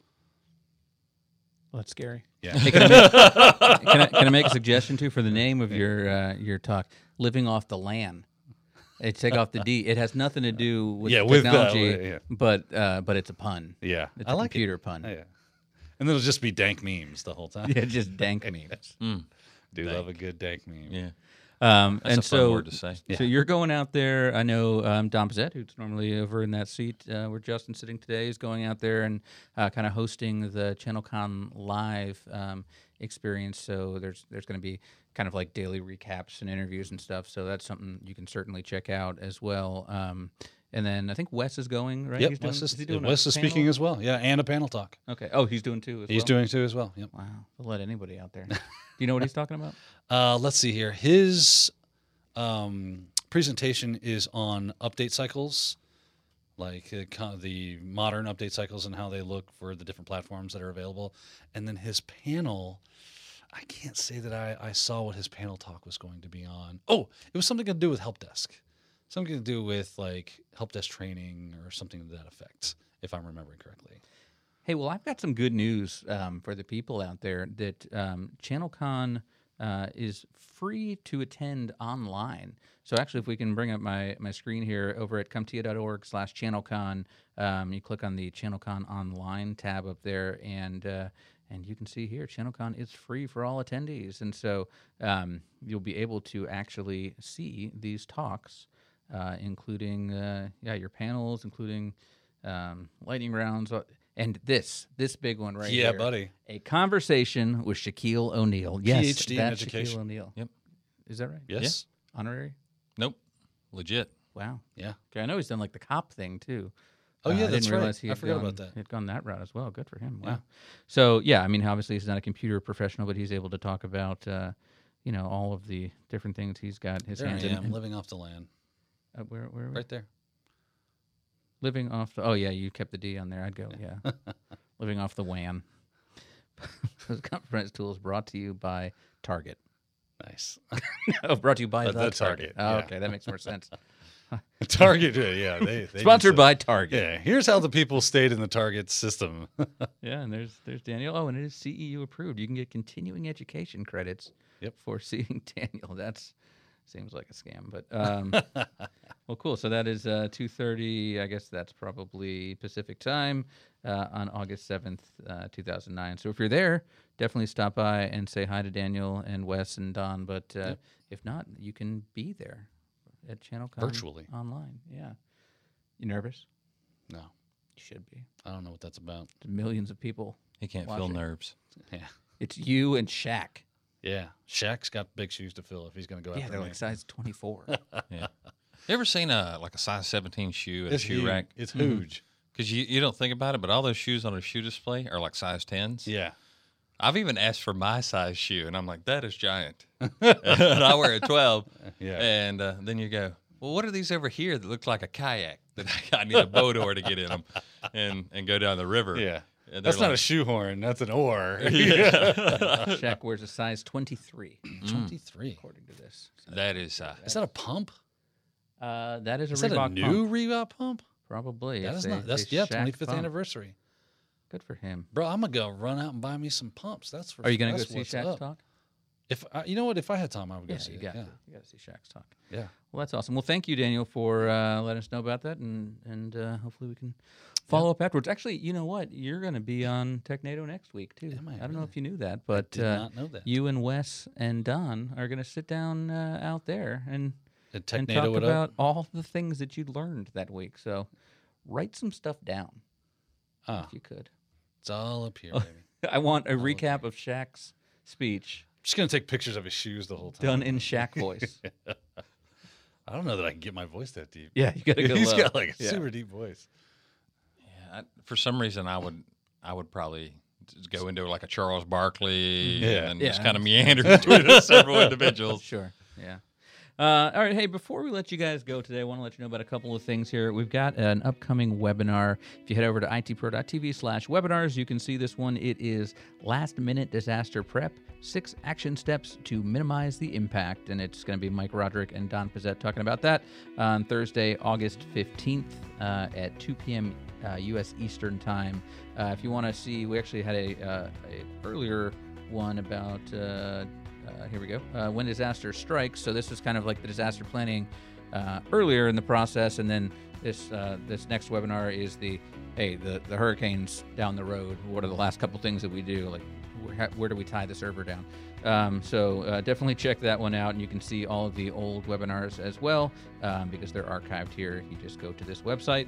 Speaker 1: Well, that's scary.
Speaker 3: Yeah.
Speaker 1: can, I make, can, I, can I make a suggestion too for the name of your uh, your talk? Living off the land. It take off the D. It has nothing to do with
Speaker 3: Yeah,
Speaker 1: the
Speaker 3: with that,
Speaker 1: technology,
Speaker 3: yeah, yeah.
Speaker 1: but uh, but it's a pun.
Speaker 3: Yeah,
Speaker 1: It's
Speaker 3: I
Speaker 1: a
Speaker 3: like
Speaker 1: computer
Speaker 3: it.
Speaker 1: pun.
Speaker 3: Yeah. And then it'll just be dank memes the whole time.
Speaker 1: Yeah, just dank memes.
Speaker 3: Do love a good dank meme.
Speaker 2: Yeah.
Speaker 1: Um,
Speaker 2: That's
Speaker 1: and
Speaker 2: a fun
Speaker 1: so,
Speaker 2: word to say.
Speaker 1: So you're going out there. I know um, Dom Pizzette, who's normally over in that seat uh, where Justin's sitting today, is going out there and uh, kind of hosting the ChannelCon live um, experience. So there's there's going to be kind of like daily recaps and interviews and stuff. So that's something you can certainly check out as well. Um, and then I think Wes is going right.
Speaker 3: Yep,
Speaker 1: He's doing-
Speaker 3: Wes is,
Speaker 1: he doing a
Speaker 3: Wes is
Speaker 1: panel?
Speaker 3: speaking as well. Yeah, and a panel talk.
Speaker 1: Okay. Oh, he's doing two as
Speaker 3: He's
Speaker 1: well.
Speaker 3: doing too as well. Yep.
Speaker 1: Wow. They'll let anybody out there. Do you know what he's talking about?
Speaker 3: Uh, let's see here. His um, presentation is on update cycles, like uh, kind of the modern update cycles and how they look for the different platforms that are available. And then his panel, I can't say that I, I saw what his panel talk was going to be on. Oh, it was something to do with help desk, something to do with like help desk training or something to that effect, if I'm remembering correctly.
Speaker 1: Hey, well, I've got some good news um, for the people out there that um, ChannelCon uh, is free to attend online. So actually, if we can bring up my, my screen here over at comtia.org slash ChannelCon, um, you click on the ChannelCon online tab up there, and uh, and you can see here, ChannelCon is free for all attendees. And so um, you'll be able to actually see these talks, uh, including, uh, yeah, your panels, including um, lightning rounds, uh, and this this big one right
Speaker 3: Yeah,
Speaker 1: here.
Speaker 3: buddy.
Speaker 1: A conversation with Shaquille O'Neal. Yes,
Speaker 3: PhD in
Speaker 1: that's
Speaker 3: education.
Speaker 1: Shaquille O'Neal.
Speaker 2: Yep.
Speaker 1: Is that right?
Speaker 3: Yes.
Speaker 1: Honorary.
Speaker 2: Nope. Legit.
Speaker 1: Wow.
Speaker 3: yeah.
Speaker 1: Okay, I know he's done like the cop thing too.
Speaker 3: Oh,
Speaker 1: Uh,
Speaker 3: yeah,
Speaker 1: I
Speaker 3: that's
Speaker 1: didn't
Speaker 3: right.
Speaker 1: realize he
Speaker 3: I
Speaker 1: had
Speaker 3: forgot
Speaker 1: gone,
Speaker 3: about that.
Speaker 1: He had gone that route as well. Good for him. Wow. So yeah, I mean, obviously he's not a computer professional, but he's able to talk about, uh, you know, all of the different things he's got his
Speaker 3: There I
Speaker 1: hands in.
Speaker 3: am, living off the land.
Speaker 1: Uh, where, where are we?
Speaker 3: Right there.
Speaker 1: Living off the. Oh yeah, you kept the D on there. I'd go. Yeah. Living off the WAN. Those conference tools brought to you by Target.
Speaker 3: Nice.
Speaker 1: oh, brought to you by
Speaker 3: Uh,
Speaker 1: the,
Speaker 3: the
Speaker 1: Target.
Speaker 3: Target,
Speaker 1: Oh,
Speaker 3: yeah.
Speaker 1: okay, that makes more sense.
Speaker 3: Target, yeah, yeah. They, they
Speaker 1: Sponsored
Speaker 3: did
Speaker 1: by Target.
Speaker 3: Yeah, here's how the people stayed in the Target system.
Speaker 1: Yeah, and there's there's Daniel. Oh, and it is CEU approved. You can get continuing education credits
Speaker 3: Yep.
Speaker 1: for seeing Daniel. That's seems like a scam, but um, well, cool. So that is uh, two thirty. I guess that's probably Pacific time uh, on August seventh, uh, two thousand nine. So if you're there, definitely stop by and say hi to Daniel and Wes and Don. But uh, if not, you can be there at Channel Con
Speaker 3: Virtually.
Speaker 1: online. Yeah, you nervous?
Speaker 3: no,
Speaker 1: You should be.
Speaker 3: I don't know what that's about.
Speaker 1: There's millions of people.
Speaker 2: He can't feel
Speaker 1: Watching.
Speaker 2: nerves.
Speaker 3: Yeah,
Speaker 1: It's you and Shaq.
Speaker 3: yeah. Shaq's got big shoes to fill if he's going to go
Speaker 1: Yeah,
Speaker 3: after
Speaker 1: they're
Speaker 3: me.
Speaker 1: like size 24.
Speaker 2: Yeah. you ever seen a like a size 17 shoe at
Speaker 3: it's
Speaker 2: a shoe
Speaker 3: huge.
Speaker 2: rack?
Speaker 3: It's
Speaker 1: Mm-hmm.
Speaker 3: huge.
Speaker 2: Because you, you don't think about it, but all those shoes on a shoe display are like size 10s.
Speaker 3: Yeah,
Speaker 2: I've even asked for my size shoe, and I'm like, that is giant. and I wear a 12.
Speaker 3: Yeah.
Speaker 2: And uh, then you go, well, what are these over here that look like a kayak that I, I need a boat oar to get in them and, and go down the river?
Speaker 3: yeah.
Speaker 2: And
Speaker 3: That's
Speaker 2: they're
Speaker 3: not a
Speaker 2: like-
Speaker 3: shoehorn. That's an oar.
Speaker 1: Shaq wears a size 23,
Speaker 3: Mm. Twenty-three.
Speaker 1: according to this.
Speaker 2: That is, uh,
Speaker 3: Is that a pump?
Speaker 1: Uh, that is a
Speaker 3: Is that
Speaker 1: Reebok
Speaker 3: a
Speaker 1: pump.
Speaker 3: new Reebok pump?
Speaker 1: Probably.
Speaker 3: That
Speaker 1: if
Speaker 3: is
Speaker 1: they-
Speaker 3: not. That's
Speaker 1: they
Speaker 3: yeah,
Speaker 1: shack
Speaker 3: twenty fifth
Speaker 1: pump.
Speaker 3: anniversary,
Speaker 1: Good for him.
Speaker 3: bro. I'm gonna go run out and buy me some pumps. That's for.
Speaker 1: Are you gonna
Speaker 3: that's
Speaker 1: go see
Speaker 3: what's
Speaker 1: Shaq's
Speaker 3: up.
Speaker 1: talk?
Speaker 3: If I, you know what, if I had time, I would go
Speaker 1: Yeah,
Speaker 3: see
Speaker 1: you
Speaker 3: it.
Speaker 1: got
Speaker 3: Yeah,
Speaker 1: to. You got to see Shaq's talk.
Speaker 3: yeah.
Speaker 1: Well, that's awesome. Well, thank you, Daniel, for uh, letting us know about that, and and uh, hopefully we can follow up afterwards. Actually, you know what? You're going to be on TechNado next week too.
Speaker 3: Am I
Speaker 1: don't know if you knew that, but
Speaker 3: did
Speaker 1: uh,
Speaker 3: not know that.
Speaker 1: you and Wes and Don are going to sit down uh, out there and
Speaker 3: And
Speaker 1: and
Speaker 3: Technado
Speaker 1: talk
Speaker 3: it
Speaker 1: about
Speaker 3: up.
Speaker 1: all the things that you learned that week. So write some stuff down
Speaker 3: Ah, Oh,
Speaker 1: if you Oh. could.
Speaker 3: it's all up here, baby. I'm
Speaker 1: I want a recap of Shaq's speech
Speaker 3: just gonna take pictures of his shoes the whole time.
Speaker 1: done in Shaq voice.
Speaker 3: I don't know that I can get my voice that deep.
Speaker 1: yeah, you got to go.
Speaker 3: He's
Speaker 1: low.
Speaker 3: got like a
Speaker 1: Yeah.
Speaker 3: super deep voice.
Speaker 2: I, for some reason, I would I would probably just go into like a Charles Barkley
Speaker 3: Yeah.
Speaker 2: and
Speaker 1: Yeah.
Speaker 2: just kind of meander between the several individuals.
Speaker 1: Sure. Yeah. Uh, all right. Hey, before we let you guys go today, I want to let you know about a couple of things here. We've got an upcoming webinar. If you head over to itpro.tv slash webinars, you can see this one. It is Last Minute Disaster Prep Six Action Steps to Minimize the Impact. And it's going to be Mike Roderick and Don Pizzette talking about that on Thursday, August 15th uh, at 2 p.m. Uh, U.S. Eastern Time. Uh, if you want to see, we actually had a, uh, a earlier one about. Uh, uh, here we go. Uh, when disaster strikes. So this is kind of like the disaster planning uh, earlier in the process, and then this uh, this next webinar is the hey the the hurricanes down the road. What are the last couple things that we do? Like where, ha- where do we tie the server down? Um, so uh, definitely check that one out, and you can see all of the old webinars as well um, because they're archived here. You just go to this website,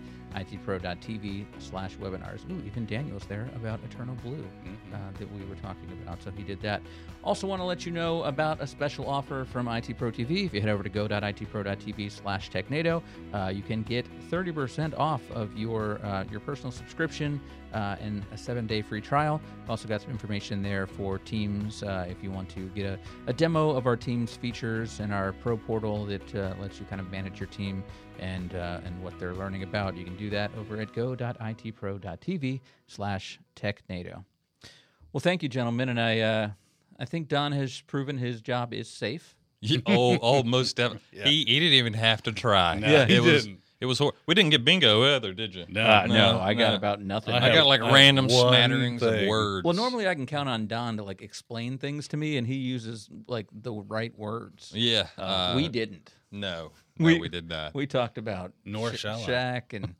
Speaker 1: itpro.tv/webinars. Ooh, even Daniel's there about Eternal Blue uh, that we were talking about. So he did that. Also, want to let you know about a special offer from IT Pro TV. If you head over to go.itpro.tv slash technado, uh, you can get 30% off of your, uh, your personal subscription uh, and a seven day free trial. Also, got some information there for teams uh, if you want to get a, a demo of our team's features and our pro portal that uh, lets you kind of manage your team and, uh, and what they're learning about. You can do that over at go.itpro.tv slash technado. Well, thank you, gentlemen, and I uh, I think Don has proven his job is safe.
Speaker 2: Ye- oh, oh, most definitely. He, he didn't even have to try.
Speaker 3: Yeah,
Speaker 2: it
Speaker 3: he
Speaker 2: was,
Speaker 3: didn't.
Speaker 2: It was hor- we didn't get bingo either, did you?
Speaker 3: No,
Speaker 1: Uh, I got
Speaker 2: no.
Speaker 1: about nothing.
Speaker 2: I got like
Speaker 3: I have
Speaker 2: random
Speaker 3: one
Speaker 2: smatterings
Speaker 3: thing.
Speaker 2: of words.
Speaker 1: well, normally I can count on Don to like explain things to me, and he uses like the right words.
Speaker 2: yeah, uh,
Speaker 1: we didn't.
Speaker 2: no, no,
Speaker 1: we-
Speaker 2: we, did not.
Speaker 1: We talked about
Speaker 3: Nor
Speaker 1: Sha-
Speaker 3: shall I.
Speaker 1: Shaq and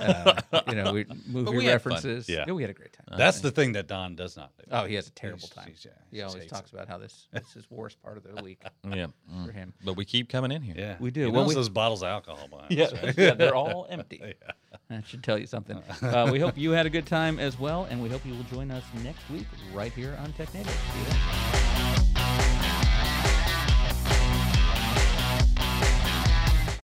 Speaker 1: uh, you know we, movie
Speaker 2: we had fun.
Speaker 1: references.
Speaker 3: Yeah.
Speaker 1: we had a great time.
Speaker 3: That's the thing that Don does not do.
Speaker 1: Uh-huh. Oh, he has a terrible
Speaker 3: He's-
Speaker 1: time.
Speaker 3: he's- yeah, he
Speaker 1: he
Speaker 3: just
Speaker 1: always
Speaker 3: hates
Speaker 1: talks about how this this is worst part of the week
Speaker 2: yeah, mm.
Speaker 1: for him.
Speaker 2: but we keep coming in here.
Speaker 3: Yeah,
Speaker 1: We do.
Speaker 3: He
Speaker 1: Well,
Speaker 3: knows
Speaker 1: we-
Speaker 3: those bottles of alcohol behind.
Speaker 1: Yeah,
Speaker 3: us, right?
Speaker 1: yeah, they're all empty. That should tell you something. Uh, we hope you had a good time as well, and we hope you will join us next week right here on TechNative. See you then.